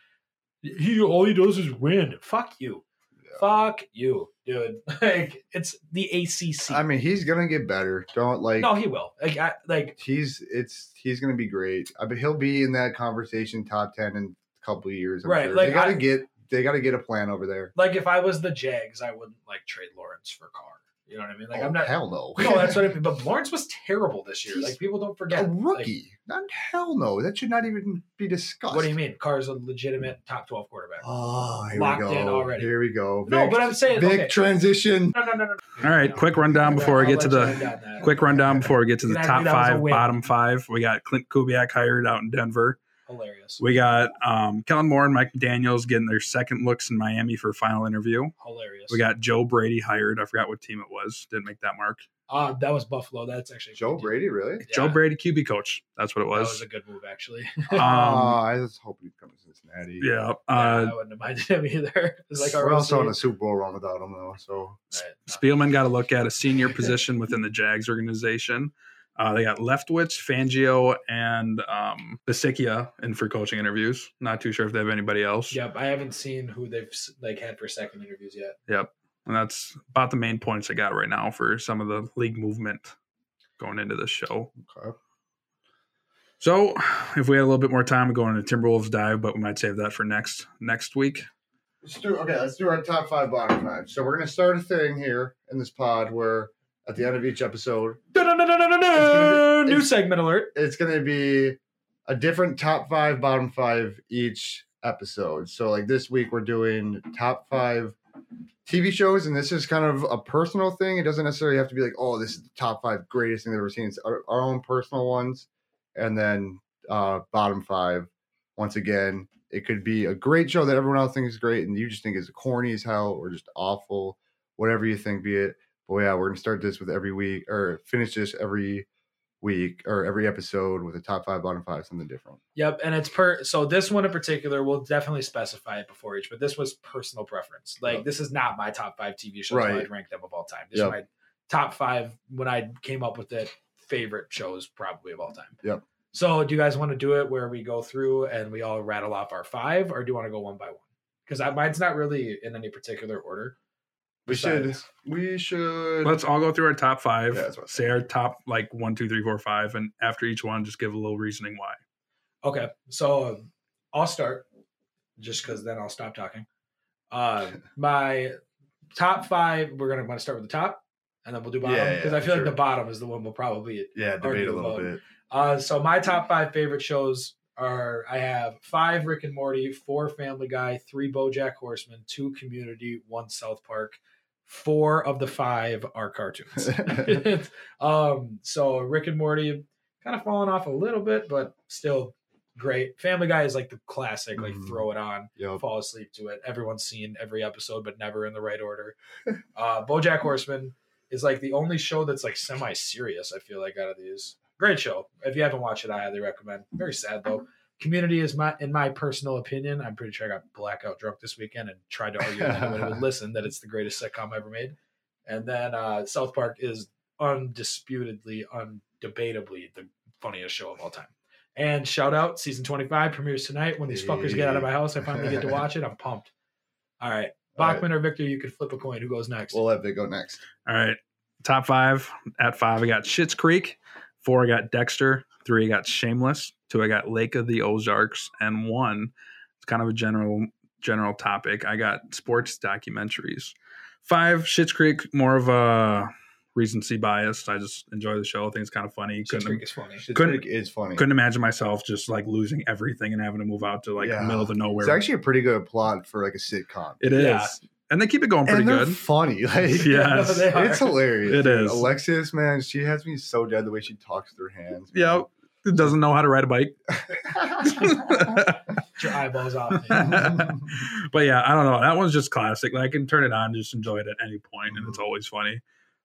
Mm. He all he does is win. Fuck you. Yeah. Fuck you, dude. Like it's the ACC. I mean, he's gonna get better. Don't like. no, he will. Like, I, like he's it's he's gonna be great. I mean, he'll be in that conversation top ten in a couple of years. I'm Right, sure. like, they gotta I- get they gotta get a plan over there. like if I was the Jags, I wouldn't like trade Lawrence for Carr. You know what I mean? Like oh, I'm not hell no. No, that's what I mean. But Lawrence was terrible this year. He's Like people don't forget. a Like, rookie. not hell no. That should not even be discussed. what do you mean? Carr's a legitimate top twelve quarterback. Oh, here Locked we go. in already. Here we go. No, Big- but I'm saying- big okay. transition. No, no, no, no. All right, quick rundown before we I'll get to let you the end on that. quick rundown before we get to the That- top that was a five, win. bottom five. We got Clint Kubiak hired out in Denver. Hilarious. We got um, Kellen Moore and Mike McDaniels getting their second looks in Miami for final interview. Hilarious. We got Joe Brady hired. I forgot what team it was. Didn't make that mark. Uh, that was Buffalo. That's actually Joe Brady, really? Yeah, Joe Brady, QB coach. That's what it That was. was a good move, actually. oh, Um, I was hoping he'd come to Cincinnati. yeah. yeah, Uh, I wouldn't have minded him either. It's like our We're also on own a Super Bowl run without him though, so team. Right. Spielman got a look at a senior position within the Jags organization. Uh, they got Leftwich, Fangio, and um, Basikia in for coaching interviews. Not too sure if they have anybody else. Yep, I haven't seen who they've s- like had for second interviews yet. Yep. And that's about the main points I got right now for some of the league movement going into this show. okay. So, if we had a little bit more time, we'd go into Timberwolves dive, but we might save that for next next week. Let's do okay. Let's do our top five, bottom five. So we're gonna start a thing here in this pod where at the end of each episode, No, be- new it's- segment alert. it's gonna be a different top five, bottom five each episode. So like this week, we're doing top five TV shows, and this is kind of a personal thing. It doesn't necessarily have to be like, oh, this is the top five greatest thing I've ever seen. It's our, our own personal ones, and then uh bottom five. Once again, it could be a great show that everyone else thinks is great, and you just think is corny as hell or just awful, whatever you think be it. But yeah, we're gonna start this with every week or finish this every week or every episode with a top five, bottom five, something different. Yep, and it's per. So this one in particular, we'll definitely specify it before each. But this was personal preference. Like Yep. this is not my top five TV shows. Right. Right. I'd rank them of all time. This Yep. is my top five when I came up with it. Favorite shows probably of all time. Yep. So do you guys want to do it where we go through and we all rattle off our five, or do you want to go one by one? Because mine's not really in any particular order. We should. Besides- We should. Let's all go through our top five. Yeah, that's what I say our top like one, two, three, four, five, and after each one, just give a little reasoning why. Okay, so um, I'll start just because then I'll stop talking. Uh, my top five, we're going to want to start with the top and then we'll do bottom Yeah, yeah, because I for feel like sure. the bottom is the one we'll probably. yeah, debate a Argue little about- bit. Uh, so my top five favorite shows are I have five Rick and Morty, four Family Guy, three Bojack Horseman, two Community, one South Park. Four of the five are cartoons. um, so Rick and Morty kind of fallen off a little bit, but still great. Family Guy is like the classic, like Mhm. throw it on, Yup. fall asleep to it. Everyone's seen every episode, but never in the right order. Uh, BoJack Horseman is like the only show that's like semi-serious. I feel like out of these, great show. If you haven't watched it, I highly recommend. Very sad though. Community is my, in my personal opinion, I'm pretty sure I got blackout drunk this weekend and tried to argue with anyone who would listen that it's the greatest sitcom ever made. And then uh, South Park is undisputedly, undebatably the funniest show of all time. And shout out, season 25 premieres tonight. When these fuckers get out of my house, I finally get to watch it. I'm pumped. All right. All right. Bachman or Victor, you could flip a coin. Who goes next? We'll let Vic go next. All right. Top five. At five, I got Schitt's Creek. Four, I got Dexter. Three, I got Shameless. Two, I got Lake of the Ozarks. And one, it's kind of a general general topic. I got sports documentaries. Five, Schitt's Creek, more of a recency bias. I just enjoy the show. I think it's kind of funny. Schitt's Couldn't, Creek is funny. Shit Couldn't- Creek is funny. couldn't imagine myself just like losing everything and having to move out to like Yeah. the middle of the nowhere. It's actually a pretty good plot for like a sitcom. It is. Yeah. And they keep it going pretty and they're good. funny. Like, yes. They are. It's hilarious. It It is. is. Alexis, man, she has me so dead the way she talks with her hands. Yeah. It doesn't know how to ride a bike. Get your eyeballs off me. but yeah, I don't know. That one's just classic. Like I can turn it on, and just enjoy it at any point, and it's always funny.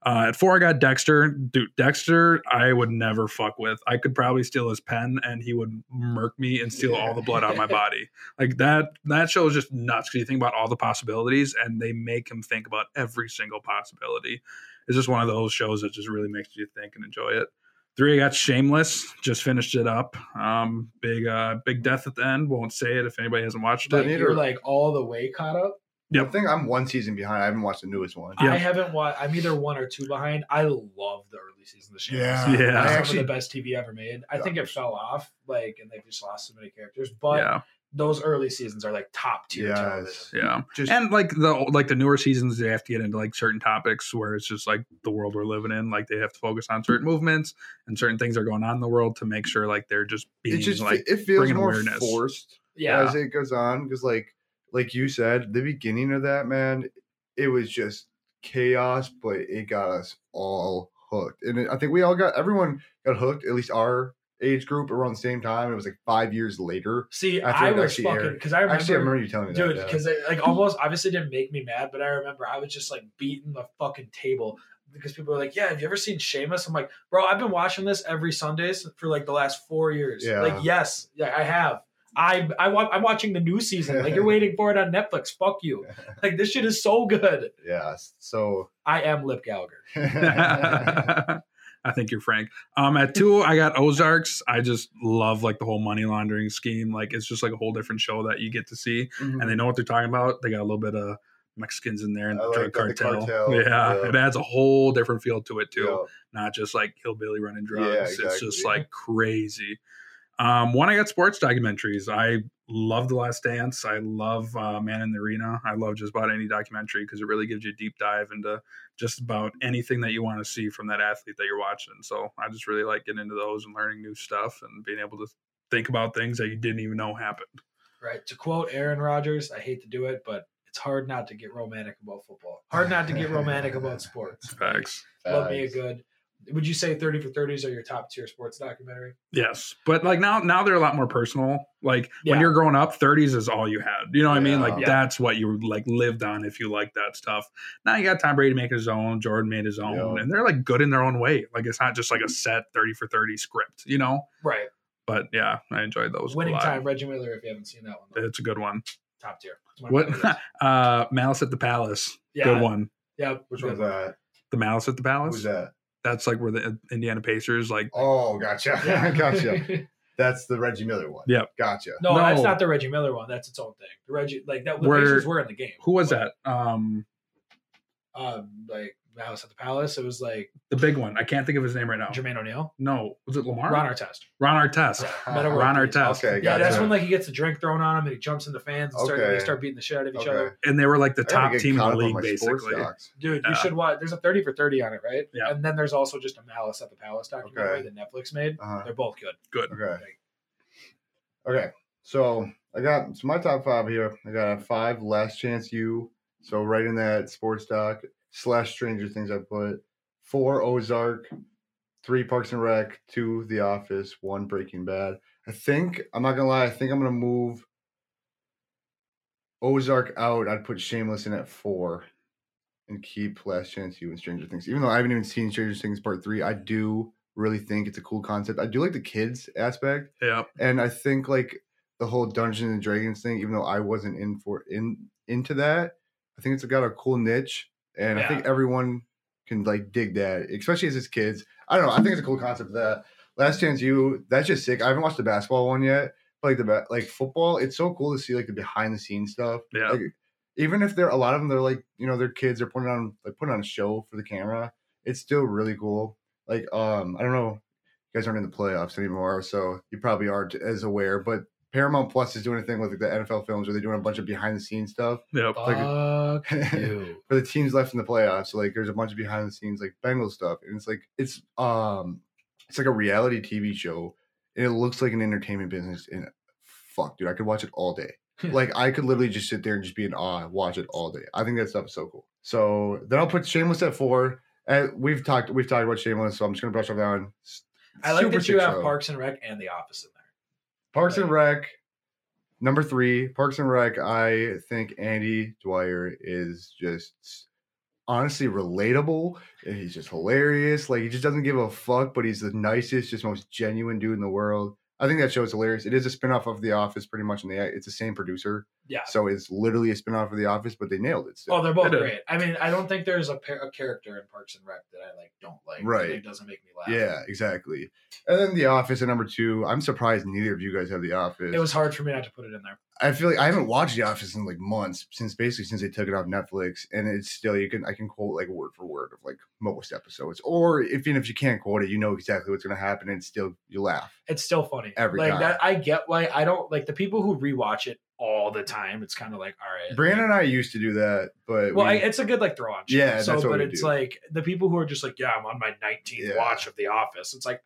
Uh, at four, I got Dexter. Dude, Dexter, I would never fuck with. I could probably steal his pen, and he would murk me and steal all the blood out of my body. Like that. That show is just nuts. Cause you think about all the possibilities, and they make him think about every single possibility. It's just one of those shows that just really makes you think and enjoy it. Three, I got Shameless. Just finished it up. Um, big, uh, big death at the end. Won't say it if anybody hasn't watched Like, it. need you're her. like all the way caught up. I think I'm one season behind. I haven't watched the newest one. Yeah. I haven't watched. I'm either one or two behind. I love the early season of the show. Yeah. Yeah. That's I some actually- of the best TV ever made. I Yeah. think it fell off, like, and they've just lost so many characters. But yeah, those early seasons are like top tier Yes. television. yeah, Just and like the like the newer seasons, they have to get into like certain topics where it's just like the world we're living in. Like they have to focus on certain movements and certain things that are going on in the world to make sure like they're just it being just like it feels bringing more awareness. forced Yeah, as it goes on because like like you said, the beginning of that man, it was just chaos, but it got us all hooked, and it, I think we all got everyone got hooked. At least our age group around the same time. It was like five years later. See, I I, think it was actually fucking aired. because I remember, Actually, I remember you telling me dude, that. yeah. because it like almost obviously didn't make me mad, but I remember I was just like beating the fucking table because people were like, "Yeah, have you ever seen Seamus?" I'm like, "Bro, I've been watching this every Sundays for like the last four years. Yeah. Like, yes, yeah, I have." I I wa- I'm watching the new season. Like you're waiting for it on Netflix. Fuck you. Like this shit is so good. yeah, so Mm-hmm. I am Lip Gallagher. I think you're Frank. Um, at two, I got Ozarks. I just love like the whole money laundering scheme. Like it's just like a whole different show that you get to see. and they know what they're talking about. They got a little bit of Mexicans in there and I the like drug that the cartel. cartel, Yeah, yeah. it adds a whole different feel to it too. Yeah. Not just like hillbilly running drugs. Yeah, It's exactly. just like crazy. Um, one, I got sports documentaries. I love The Last Dance. I love uh, Man in the Arena. I love just about any documentary because it really gives you a deep dive into just about anything that you want to see from that athlete that you're watching. So I just really like getting into those and learning new stuff and being able to think about things that you didn't even know happened. Right. To quote Aaron Rodgers, I hate to do it, but it's hard not to get romantic about football. Hard not to get romantic about sports. Facts. Love me a Facts. good. Would you say 30 for 30s are your top tier sports documentary? Yes, but like now, now they're a lot more personal. Like when Yeah. you're growing up, 30s is all you had. You know what I mean? Yeah. Like Yeah. that's what you like lived on if you like that stuff. Now you got Tom Brady making his own, Jordan made his own, Yeah. and they're like good in their own way. Like it's not just like a set 30 for 30 script, you know? Right. But yeah, I enjoyed those. a Winning lot. Time, Reggie Miller, if you haven't seen that one, though. It's a good one. top tier. It's one of my What? favorites. uh Malice at the Palace. Yeah. Good one. Yeah. Which one's good. that? The Malice at the Who's Palace. that? That's like where the uh, Indiana Pacers like Oh, gotcha. Yeah. gotcha. That's the Reggie Miller one. Yep. Gotcha. no, No. that's not the Reggie Miller one. That's its own thing. The Reggie, like that, the Where- Pacers were in the game. who was that? Um um, like the House at the Palace. It was like The big one. I can't think of his name right now. Jermaine O'Neal, No, was it Lamar? Ron Artest. Ron Artest. Better Ron word. Artest. Okay, Yeah, gotcha. that's when like he gets a drink thrown on him and he jumps in the fans and start, they Okay. start beating the shit out of each Okay. other. And they were like the I gotta top get team caught in up the on league, my sports basically. docs. Dude, Yeah. you should watch. There's a thirty for thirty on it, right? Yeah. And then there's also just a Malice at the Palace documentary Okay. that Netflix made. Uh-huh. They're both good. Okay. Like, Okay. So I got so my top five here. I got a five last chance you. So right in that sports doc slash Stranger Things I put four Ozark, three Parks and Rec, two The Office, one Breaking Bad. I think I'm not gonna lie. I think I'm gonna move Ozark out. I'd put Shameless in at four, and keep Last Chance You and Stranger Things. Even though I haven't even seen Stranger Things Part Three, I do really think it's a cool concept. I do like the kids aspect Yeah. and I think like the whole Dungeons and Dragons thing, even though I wasn't in for in into that, I think it's got a cool niche, and I think everyone can like dig that, especially as it's kids. I don't know. I think it's a cool concept. That Last Chance You, that's just sick. I haven't watched the basketball one yet, but like the ba- like football, it's so cool to see like the behind the scenes stuff. Yeah. Like, even if they're a lot of them, they're like you know they're kids. They're putting on like putting on a show for the camera. It's still really cool. Like um, I don't know you guys aren't in the playoffs anymore, so you probably aren't as aware. But Paramount Plus is doing a thing with like, the NFL films where they're doing a bunch of behind the scenes stuff Yep. like a- Fuck you. for the teams left in the playoffs. So like there's a bunch of behind the scenes like Bengals stuff. And it's like it's um it's like a reality TV show and it looks like an entertainment business and fuck dude, I could watch it all day. Hmm. like I could literally just sit there and just be in awe, and watch it all day. I think that stuff is so cool. So then I'll put Shameless at four. And we've talked we've talked about Shameless, so I'm just gonna brush off that one. S- I like super that you sick have show. Parks and Rec and The Office in there. Parks and Like- Rec, number three. Parks and Rec. I think Andy Dwyer is just honestly relatable. and He's just hilarious. Like he just doesn't give a fuck, but he's the nicest, just most genuine dude in the world. I think that show is hilarious. It is a spinoff of The Office, pretty much, and they it's the same producer, Yeah. so it's literally a spinoff of The Office, but they nailed it. Still. Oh, they're both They do. great. I mean, I don't think there's a, par- a character in Parks and Rec that I like don't like. Right. It doesn't make me laugh. yeah, exactly. And then The Office at number two. I'm surprised neither of you guys have The Office. It was hard for me not to put it in there. I feel like I haven't watched The Office in like months since basically since they took it off Netflix, and it's still you can I can quote like word for word of like most episodes, or if even if you can't quote it, you know exactly what's gonna happen, and still you laugh. It's still funny. Every like time. that, I get why I don't like the people who rewatch it all the time. It's kind of like all right. Brandon like- and I used to do that, but Well, I, we- it's a good like throw on. Yeah, So, that's what but we it's do. like the people who are just like, yeah, I'm on my 19th Yeah. watch of The Office. It's like,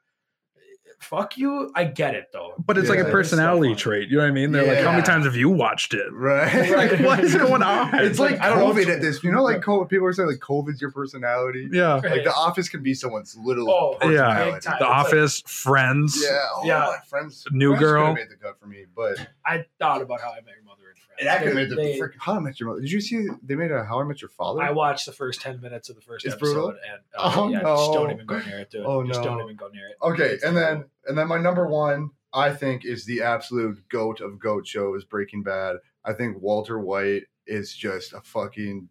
fuck you. I get it though. But it's like Yeah. a It's personality so funny. trait. You know what I mean? They're like, how many Yeah. times have you watched it? right, Like, what is going on? It's like I don't know if- COVID at this. You know, like COVID, people are saying like COVID's your personality. Yeah. Like The Office can be someone's little Oh, yeah. Big personality. time. The It's like- Office, Friends. Yeah, oh, Yeah. my friends. New Friends could've Girl. made the cut for me, but I thought about how I met your mother and friends. It actually They- made the they- frick- How I Met Your Mother. Did you see they made a How I Met Your Father? I watched the first 10 minutes of the first It's episode brutal? and uh, Oh, yeah, just don't no. even go near it, dude. Oh, just don't no. even go near it. okay, It's and brutal. then and then my number one, I think, is the absolute goat of goat show is Breaking Bad. I think Walter White is just a fucking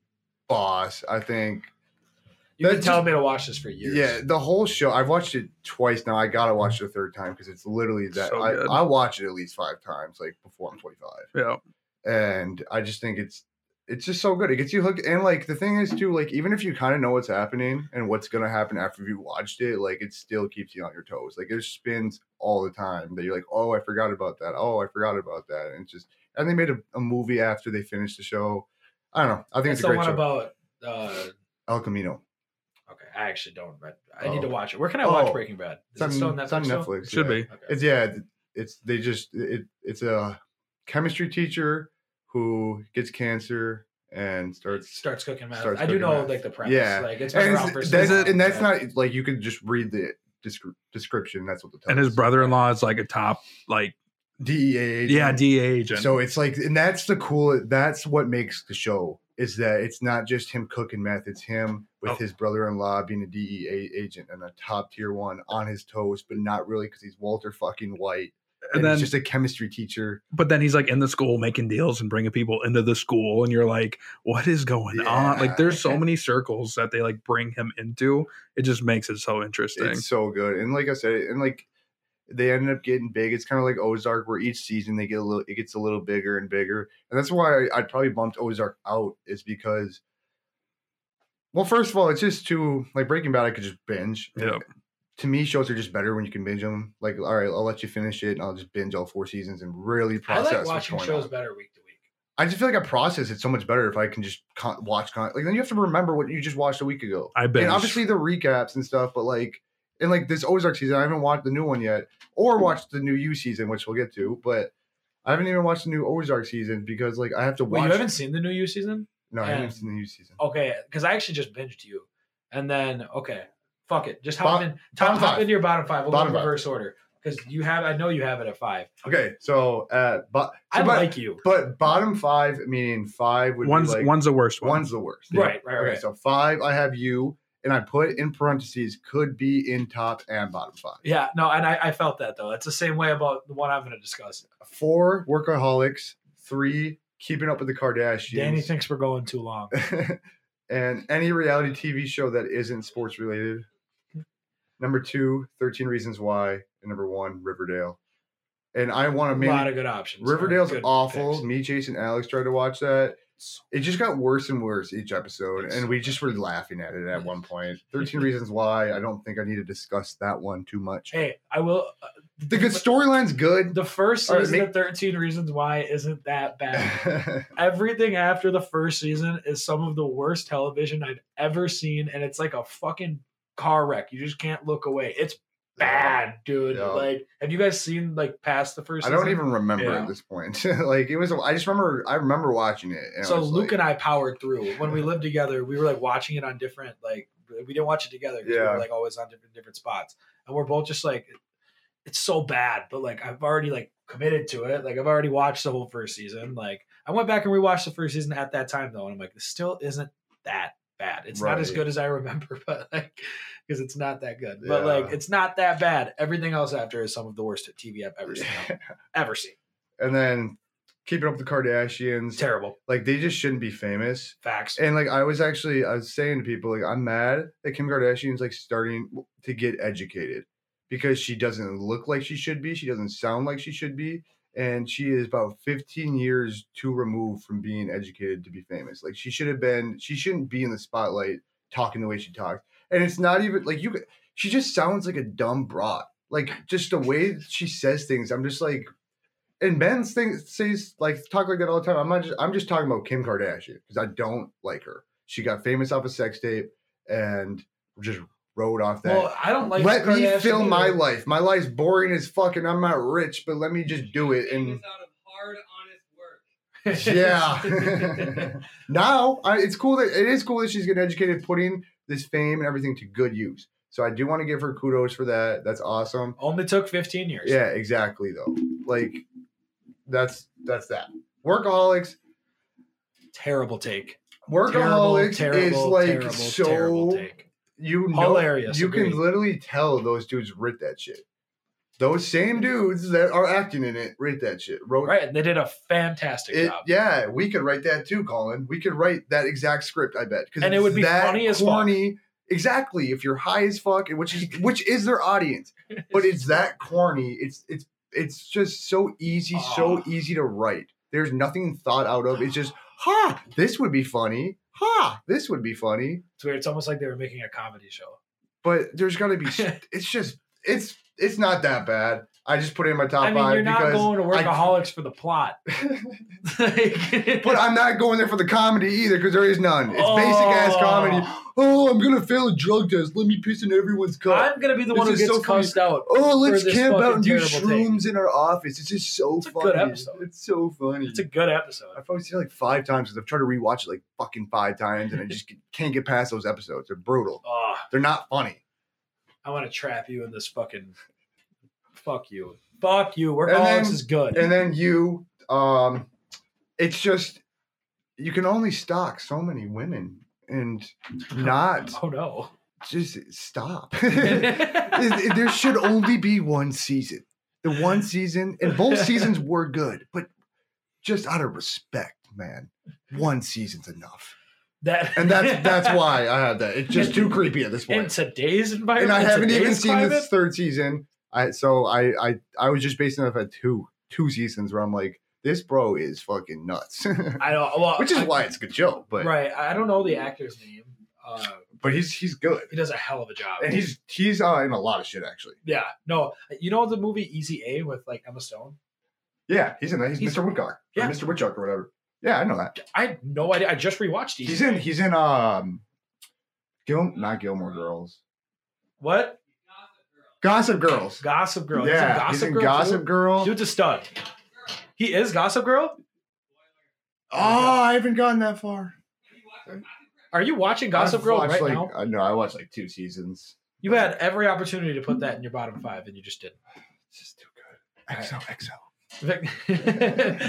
boss. I think you've been that's telling just- me to watch this for years. yeah, the whole show. I've watched it twice now. I gotta watch it a third time because it's literally that. So I, good. I watch it at least five times, like before I'm 25. Yeah. and I just think it's it's just so good. It gets you hooked, and like the thing is too, like even if you kind of know what's happening and what's gonna happen after you watched it, like it still keeps you on your toes. Like there's spins all the time that you're like, oh, I forgot about that. Oh, I forgot about that. And it's just and they made a, a movie after they finished the show. I don't know. I think That's it's, a the great one show. about. Uh, El Camino. okay, I actually don't. But I need Oh. to watch it. Where can I watch Oh. Breaking Bad? It's on, it still it's on still? Netflix. Should yeah. be. Okay. It's yeah. th- It's they just it. It's a chemistry teacher who gets cancer and starts starts cooking meth. starts I do cooking know meth. like the premise. Yeah. Like it's been and, around it's- for so that's, long. and that's Yeah. not like you can just read the descri- description. That's what the And his brother-in-law is like a top, like DEA agent. yeah, E DA agent. So it's like, and that's the cool. That's what makes the show is that it's not just him cooking meth. It's him with Oh. his brother-in-law being a DEA agent and a top tier one on his toes, but not really because he's Walter fucking White and then, he's just a chemistry teacher. but then he's like in the school making deals and bringing people into the school, and you're like, what is going on? Yeah. Like, there's so many circles that they like bring him into. It just makes it so interesting. It's so good, and like I said, and like they ended up getting big. It's kind of like Ozark, where each season they get a little, it gets a little bigger and bigger, and that's why I, I probably bumped Ozark out is because Well, first of all, it's just too like Breaking Bad. I could just binge. Yeah. To me, shows are just better when you can binge them. Like, all right, I'll let you finish it, and I'll just binge all four seasons and really I process. like what's watching going shows on. better week to week. I just feel like I process it so much better if I can just con- watch. Con- like, then you have to remember what you just watched a week ago. I binge. And obviously the recaps and stuff, but like and like this Ozark season, I haven't watched the new one yet, or watched the new U season, which we'll get to, but I haven't even watched the new Ozark season because like I have to Wait, watch. you haven't seen the new you season? no, I Yeah. Oh. haven't seen the new season. Okay, because I actually just binged you, and then okay, fuck it, just Bo- hop in. Tom, bottom hop five. into your bottom five. We'll Bottom go five. in reverse order because you have. I know you have it at five. Okay, so uh, but so, I but, like you. but bottom five meaning five would one's be like one's the worst one. one's the worst. Right, right, Okay, right. so five I have you, and I put in parentheses could be in top and bottom five. Yeah, no, and I, I felt that though. It's the same way about the one I'm going to discuss. Four workaholics, three keeping up with the Kardashians. Danny thinks we're going too long. and any reality TV show that isn't sports related. Number two, 13 Reasons Why. And number one, Riverdale. And I want to a lot man. of good options. Riverdale's Good awful. picks. Me, Jason, Alex tried to watch that. It just got worse and worse each episode. And we just were laughing at it at one point. 13 Reasons Why. I don't think I need to discuss that one too much. Hey, I will. uh, The good storyline's good. The first All right, season make- of 13 Reasons Why isn't that bad. yeah, Everything after the first season is some of the worst television I've ever seen, and it's like a fucking car wreck. You just can't look away. It's bad, dude. Yeah. Like, have you guys seen like past the first? I don't season? even remember Yeah. at this point. like it was, a, I just remember, I remember watching it. And I So was Luke like- and I powered through. When we lived together, we were like watching it on different like we didn't watch it together. 'cause we Yeah. were like always on different different spots, and we're both just like, it's so bad. But like I've already like committed to it. Like I've already watched the whole first season. Like I went back and rewatched the first season at that time though, and I'm like, this still isn't that bad. It's not as Right. good as I remember, but like because it's not that good. But like Yeah. it's not that bad. Everything else after is some of the worst TV I've ever seen. ever seen. and then keeping up with the Kardashians. Terrible Like they just shouldn't be famous. facts. And like I was actually I was saying to people like I'm mad that Kim Kardashian's like starting to get educated because she doesn't look like she should be, she doesn't sound like she should be, and she is about 15 years too removed from being educated to be famous. Like she should have been she shouldn't be in the spotlight talking the way she talks. And it's not even like you could- she just sounds like a dumb broad. Like just the way she says things, I'm just like and Ben's thing says like talk like that all the time. I'm not just I'm just talking about Kim Kardashian because I don't like her. She got famous off a sex tape and just rode off that. Well, I don't like. let the me Kardashian fill my either. life. My life's boring as fuck, and I'm not rich, but let me just do it. Famous And out of hard, honest work. yeah, now I, it's cool that it is cool that she's getting educated, putting this fame and everything to good use. So I do want to give her kudos for that. That's awesome. Only took 15 years. Yeah, exactly though. Like that's that's that. Workaholics, Terrible take. workaholics terrible, is like terrible, so terrible take. you know, Hilarious, You agreed. can literally tell those dudes writ that shit. Those same dudes that are acting in it writ that shit. Wrote Right. And they did a fantastic it. job. Yeah, we could write that too, Colin. We could write that exact script. I bet because And it would be funny as fuck. corny. Exactly. If you're high as fuck, which is which is their audience, but it's that corny. It's it's it's just so easy, so Ah. easy to write. There's nothing thought out of. It's just ha. This would be funny. Ha. This would be funny. It's weird. It's almost like they were making a comedy show. but there's gonna be. it's just it's it's not that bad. I just put it in my top I mean, five you're not because. going to I- workaholics for the plot. Like- but I'm not going there for the comedy either because there is none. It's basic ass comedy. Oh, I'm gonna fail a drug test. Let me piss in everyone's cup. I'm gonna be the This one who is gets so funny. cussed out. oh, let's for this camp out fucking and do terrible shrooms in our office. It's just so It's a funny. good episode. It's so funny. It's a good episode. I've probably seen it like five times because I've tried to rewatch it like fucking five times and I just can't get past those episodes. They're brutal. Oh, They're not funny. I want to trap you in this fucking. Fuck you. Fuck you. And Workaholics then- is good. and then you um it's just you can only stalk so many women and not oh no. just stop It- it- there should only be one season the one season and both seasons were good but just out of respect man one season's enough That and that's that's why i have that it's just too creepy at this in point today's and environment. i in haven't even today's seen climate, this third season i so i i, I was just basing it off at two two seasons where i'm like this bro is fucking nuts I don't. Well, which is I- why it's a good show. But right. I don't know the actor's name. Uh, but he's he's good, he does a hell of a job. and he's he's uh, in a lot of shit actually. yeah, no, you know the movie Easy A with like Emma Stone. Yeah, he's in that. He's, He's- Mr. Woodcock. Yeah. Yeah, Mr. Woodchuck or whatever. Yeah, I know that. I had no idea. I just rewatched Easy. He's in. He's in. Um, Gil, not Gilmore Girls. what Gossip Girls. Gossip Girl? He's in Yeah, he's Gossip in Girl. Gossip too? Girl. Dude's a stud. He is Gossip Girl. Oh, I haven't gotten that far. Are you watching Gossip I've Girl watched, right like, now? Uh, no, I watched like two seasons. You had every opportunity to put that in your bottom five, and you just didn't. It's just too good. XOXO. Vic-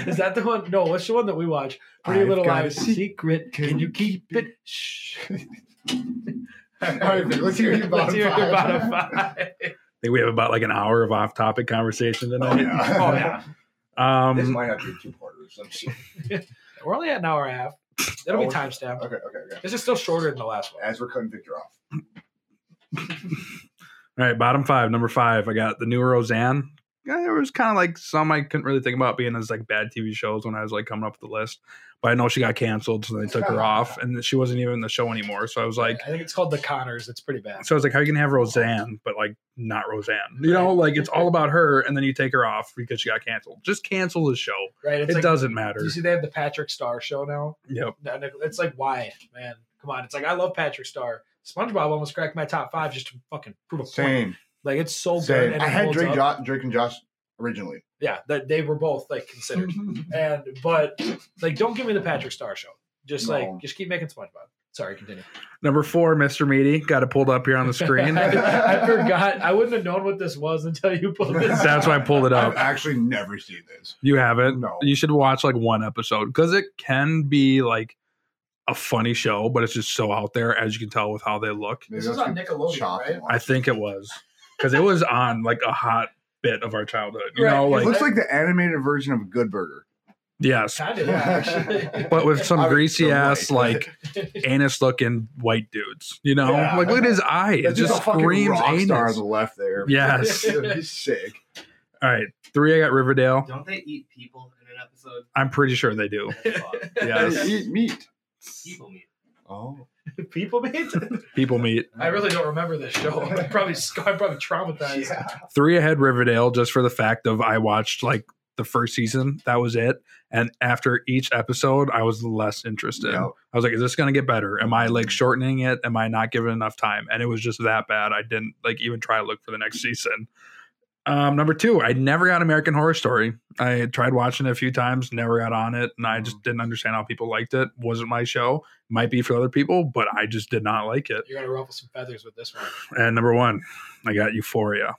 is that the one? No, what's the one that we watch? Pretty I've Little got a Lies. Secret. Can, you keep it? Shh. All right, Vic, let's hear Let's your bottom hear your five. bottom five. think we have about like an hour of off-topic conversation Oh tonight. yeah. oh yeah, Um, This might have to be two parters. Okay, we're only at an hour and a half. That'll be Oh, timestamped. okay, okay. This is still shorter than the last one. As we're cutting Victor off. All right, bottom five. Number five, I got the new Roseanne. Yeah, There was kind of like some I couldn't really think about being as like bad TV shows when I was like coming up with the list, but I know she got canceled, so they took her off, and she wasn't even in the show anymore. So I was like, I think it's called The Connors. It's pretty bad. so I was like, how are you gonna have Roseanne, but like not Roseanne? You know, like it's all about her, and then you take her off because she got canceled. Just cancel the show. Right? It's it like, doesn't do matter. you see they have the Patrick Star show now? Yep. No, no, It's like why, man? Come on. It's like I love Patrick Star. SpongeBob almost cracked my top five just to fucking prove a point. Same. Like it's so good. Same. and I it had holds Drake, up. jo- Drake and Josh originally. yeah, that they were both like considered. and but like, don't give me the Patrick Star show. Just like, No. just keep making SpongeBob. Sorry, continue. Number four, Mr. Meaty, got it pulled up here on the screen. I, I forgot. I wouldn't have known what this was until you pulled this. up. That's why I pulled it I've up. actually never seen this. You haven't? No. You should watch like one episode because it can be like a funny show, but it's just so out there as you can tell with how they look. This Maybe is I'll on skip Nickelodeon, Chop right? and watch I think it was because it was on like a hot bit of our childhood. You know, Right. It like looks like the animated version of Good Burger. yes, Kind of, yeah, actually. but with some I was greasy so ass right. like anus looking white dudes. You know, Yeah. like look at his eye; it That's just a fucking screams rock star on anus. the left there. Yes. he's sick. All right, three. I got Riverdale. Don't they eat people in an episode? I'm pretty sure they do. They Yes, eat meat. people meat. Oh, people meet. people meet. I really don't remember this show. I'm probably sc- I'm probably traumatized. yeah. three ahead Riverdale just for the fact of I watched like the first season. That was it. And after each episode, I was less interested. Yep. I was like, is this going to get better? Am I like shortening it? Am I not giving enough time? And it was just that bad. I didn't like even try to look for the next season. Um, number two, I never got American Horror Story. I tried watching it a few times, never got on it, and I just didn't understand how people liked it. Wasn't my show. Might be for other people, but I just did not like it. You're gonna ruffle some feathers with this one. And number one, I got Euphoria.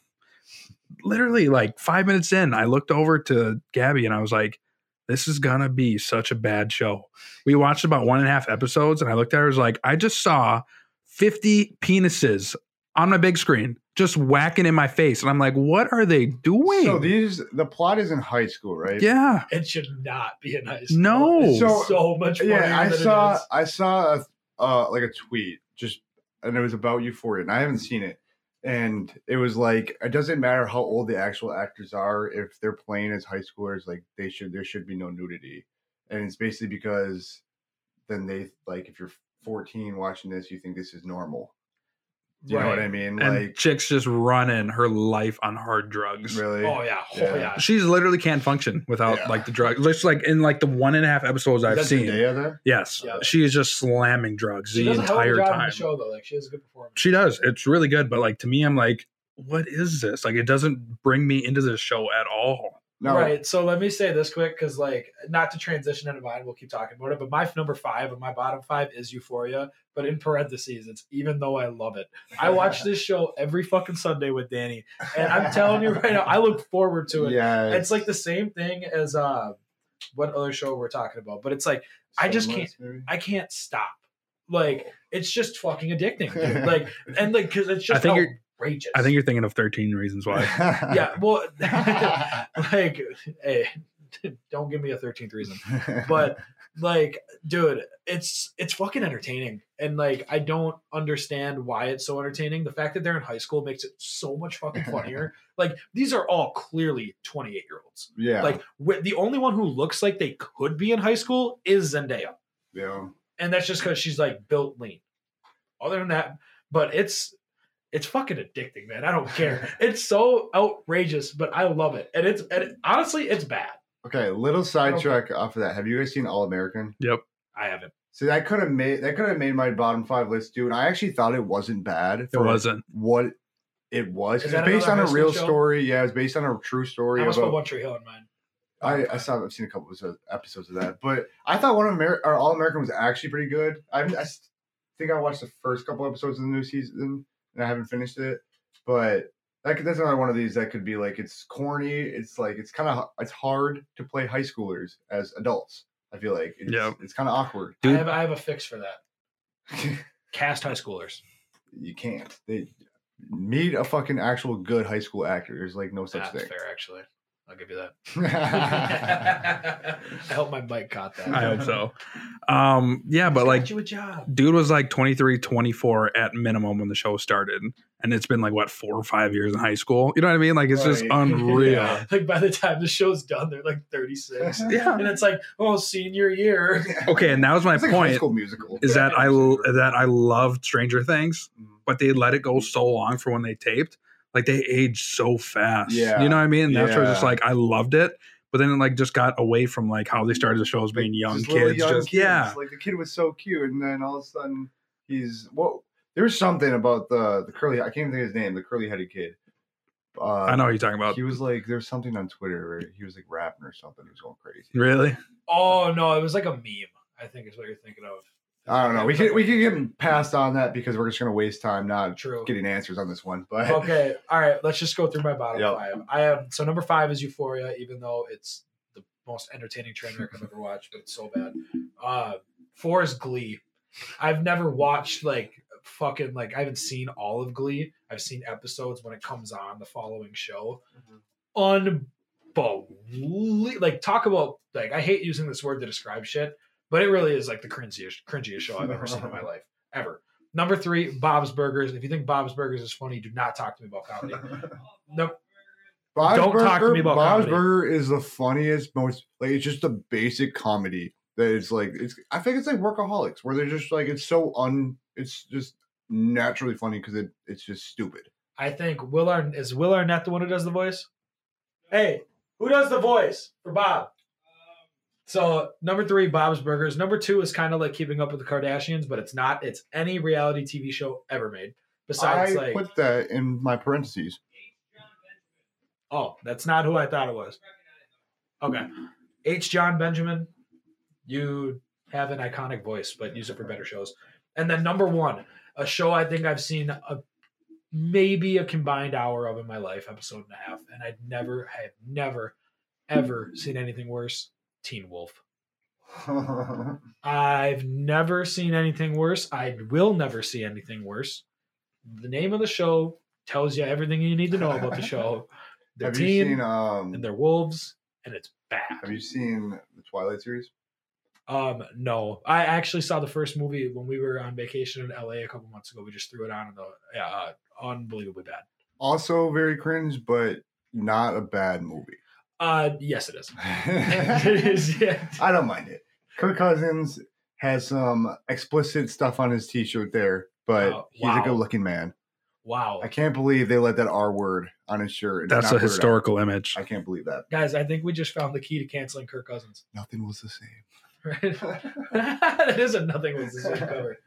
Literally, like five minutes in, I looked over to Gabby and I was like, this is gonna be such a bad show. We watched about one and a half episodes, and I looked at her, I was like, I just saw 50 penises on my big screen just whacking in my face. And I'm like, what are they doing? So these the plot is in high school, right? yeah. It should not be a nice. No. so, So- so much. funnier Yeah, I than it saw is. I saw a, uh, like a tweet just and it was about Euphoria, and I haven't seen it. And it was like it doesn't matter how old the actual actors are if they're playing as high schoolers, like they should there should be no nudity. And it's basically because then they like if you're 14 watching this, you think this is normal. Do you know what I mean? And like chicks just running her life on hard drugs. really? Oh yeah. Oh Yeah. yeah. She's literally can't function without Yeah. like the drug. Looks like in like the one and a half episodes I've That's seen. Zendaya there? Yes, Yeah. she is just slamming drugs She the does a hell of a entire job in time. the show though. Like she has a good performance. She does. It's really good, but like to me, I'm like, what is this? Like, it doesn't bring me into this show at all. No, Right. So let me say this quick because, like, not to transition into mine, we'll keep talking about it. But my number five and my bottom five is Euphoria. But in parentheses, it's even though I love it. I watch this show every fucking Sunday with Danny. And I'm telling you right now, I look forward to it. Yeah, It's like the same thing as uh, what other show we're talking about. But it's like, I just can't- I can't stop. Like, it's just fucking addicting. Dude. Like, and like, because it's just I think you're- outrageous. I think you're thinking of 13 Reasons Why. yeah. Well, like, hey, don't give me a 13th reason. but like dude it's it's fucking entertaining and like i don't understand why it's so entertaining the fact that they're in high school makes it so much fucking funnier like these are all clearly 28 year olds yeah, like wi- the only one who looks like they could be in high school is zendaya yeah. and that's just because she's like built lean other than that, but it's it's fucking addicting, man. I don't care. it's so outrageous, but I love it. And it's and it- honestly, it's bad. Okay, little sidetrack off of that. Have you guys seen All American? I haven't. So that could have made that could have made my bottom five list too. And I actually thought it wasn't bad. It for wasn't. what it was. Is It's that based on another a high real school show? story. Yeah, it's based on a true story. I must put about- One Tree Hill in mind. I, I saw. I've seen a couple of episodes of that, but I thought one of Amer- or All American was actually pretty good. I, haven't- I s- think I watched the first couple episodes of the new season, and I haven't finished it. But that could, that's another one of these that could be like it's corny. It's like it's kind of it's hard to play high schoolers as adults. I feel like it's, Yeah. it's kind of awkward. I Dude. have I have a fix for that. Cast high schoolers. you can't. They meet a fucking actual good high school actor. There's like no such That's thing. fair, actually. I'll give you that. I I hope my bike caught that. I hope so. Um, yeah, but like, you a job. dude was like 23, 24 at minimum when the show started. And it's been like, what, four or five years in high school? You know what I mean? Like, it's just Right. unreal. Yeah. Like by the time the show's done, they're like 36. Yeah. and it's like, oh, senior year. Okay. And that was my It's like a high point school musical. is that I, that I loved Stranger Things, Mhm. but they let it go so long for when they taped. Like, they aged so fast. Yeah. You know what I mean? And that's where it's just Yeah. like, I loved it. But then it like just got away from like how they started the show as being Like, young Mm-hmm. just little kids. young just kids. yeah. like the kid was so cute, and then all of a sudden he's whoa. There was something about the the curly. I can't even think of his name. The curly headed kid. Uh, I know what you're talking about. He was like there was something on Twitter where he was like rapping or something. He was going crazy. Really? Oh no, it was like a meme. I think is what you're thinking of. I don't know. We could we could get him passed on that because we're just gonna waste time not True. getting answers on this one. But Okay, all right. Let's just go through my bottom Yep. five. I have so number five is Euphoria, even though it's the most entertaining train wreck I've ever watched, but it's so bad. Uh, four is Glee. I've never watched like fucking like I haven't seen all of Glee. I've seen episodes when it comes on the following show. Mm-hmm. Unbelievable. Like talk about like I hate using this word to describe shit, but it really is like the cringiest cringiest show I've ever seen in my life ever. Number three, Bob's Burgers. If you think Bob's Burgers is funny, do not talk to me about comedy. No, Bob's Don't Burger, talk to me about Bob's comedy. Burger is the funniest, most like it's just a basic comedy that it's like it's. I think it's like workaholics where they're just like it's so un. It's just naturally funny because it it's just stupid. I think Will Arnett is Will Arnett the one who does the voice. Hey, who does the voice for Bob? So number three, Bob's Burgers. Number two is kind of like Keeping Up with the Kardashians, but it's not. It's any reality TV show ever made. Besides, I like, put that in my parentheses. oh, that's not who I thought it was. Okay, H. John Benjamin, you have an iconic voice, but use it for better shows. And then number one, a show I think I've seen a maybe a combined hour of in my life, episode and a half, and I'd never, I have never, ever seen anything worse. Teen Wolf. I've never seen anything worse. I will never see anything worse. The name of the show tells you everything you need to know about the show. Their have you team seen um? and their wolves, and it's bad. have you seen the Twilight series? Um, no, I actually saw the first movie when we were on vacation in LA a couple months ago. We just threw it on, and the yeah, uh, unbelievably bad. Also very cringe, but not a bad movie. Uh, yes, it is. it I is. Yeah. don't mind it. Kirk Cousins has some explicit stuff on his T-shirt there, but Oh, he's wow. a good-looking man. Wow, I can't believe they let that R word on his shirt. and That's not a blurred out. historical image. I can't believe that. guys, I think we just found the key to canceling Kirk Cousins. Nothing was the same. Right? that is a nothing with the same cover.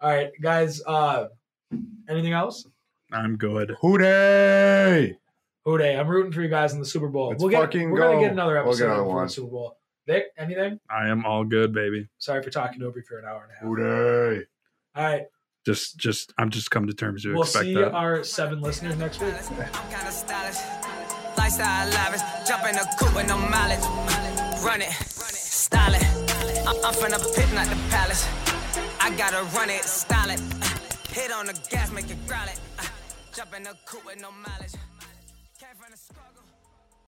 All right, guys. Uh, anything else? I'm good. Hooday! Hooday! I'm rooting for you guys in the Super Bowl. Let's we'll get fucking we're gonna go. get another We'll episode get another before one. the Super Bowl. Vic, anything? I am all good, baby. Sorry for talking over you for an hour and a half. Hooday! All right. Just, just, I'm just come to terms to we'll expect see that. our seven listeners next week. I'm kinda stylish. Lifestyle lavish. Jump in a coupe with no mileage. Run it. Style it. I'm, I'm finna pit, not the palace. I gotta run it. Style it. Hit on the gas, make it growl it. Jump in a coupe with no mileage.